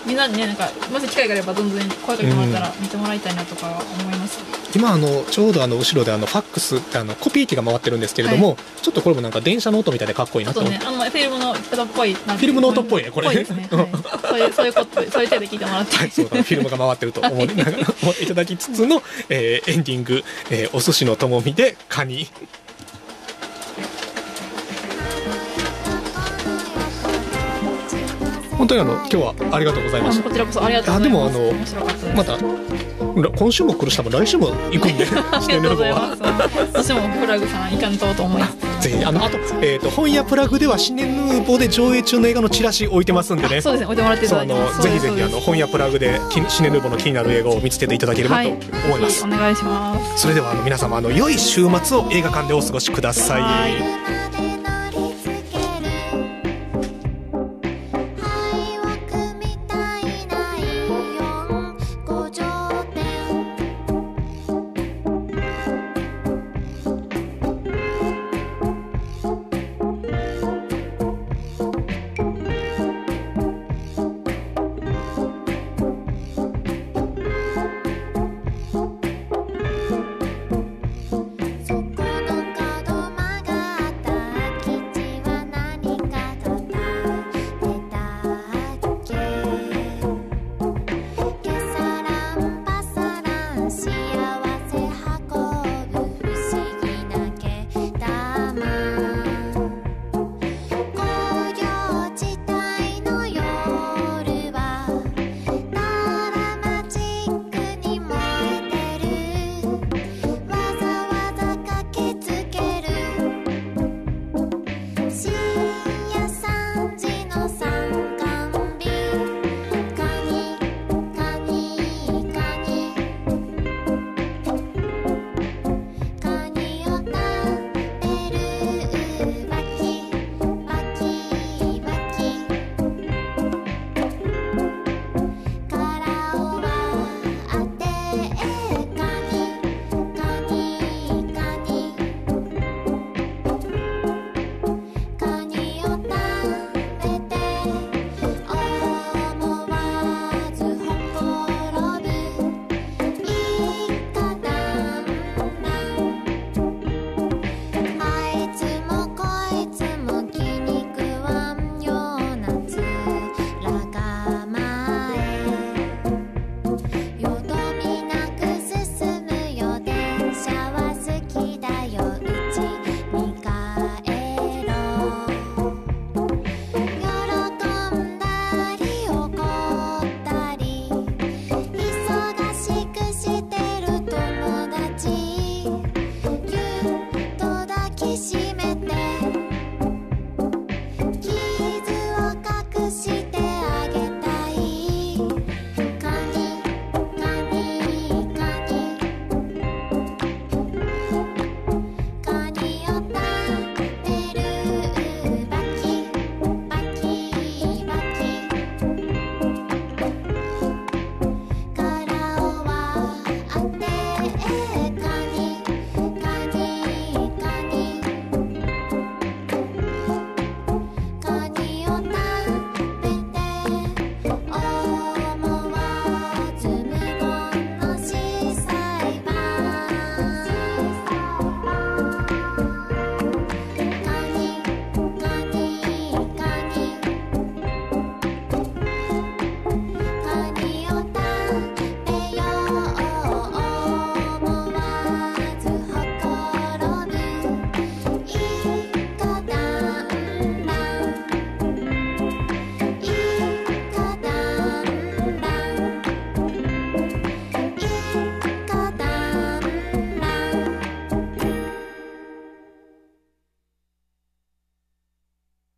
みんなにねなんかもし機会があればどんどん声かけてもらったら見てもらいたいなとかは思います、今あのちょうどあの後ろであのファックスあのコピー機が回ってるんですけれども、はちょっとこれもなんか電車の音みたいでかっこいいなあとと思っねて、あのフィルムの音っぽいなフィルムの音っぽいねこれぽいですね、はい、 そういうそういうことそういう手で聞いてもらって、はい、そうだフィルムが回ってると思いながら思っていただきつつの、えーエンディング、えーお寿司のともみでカニ本当にあの今日はありがとうございましあたこちらこそありがとうございますあでもあの面白かったです、またら今週も来るし多分来週も行くん であ四り天が王とうごのざい方ます。私もフラグさんいかんとと思います。ぜひあのあと,、えー、と本屋プラグでは新年ヌーボーで上映中の映画のチラシ置いてますんでねそうですね、置いてもらっていそたうだあいてまのす。ぜひぜひあそのうです本屋プラグできシネヌーボーの気になる映画を見つけていただければと思います、はい、お願いします。それではあの皆様あの良い週末を映画館でお過ごしくださはいい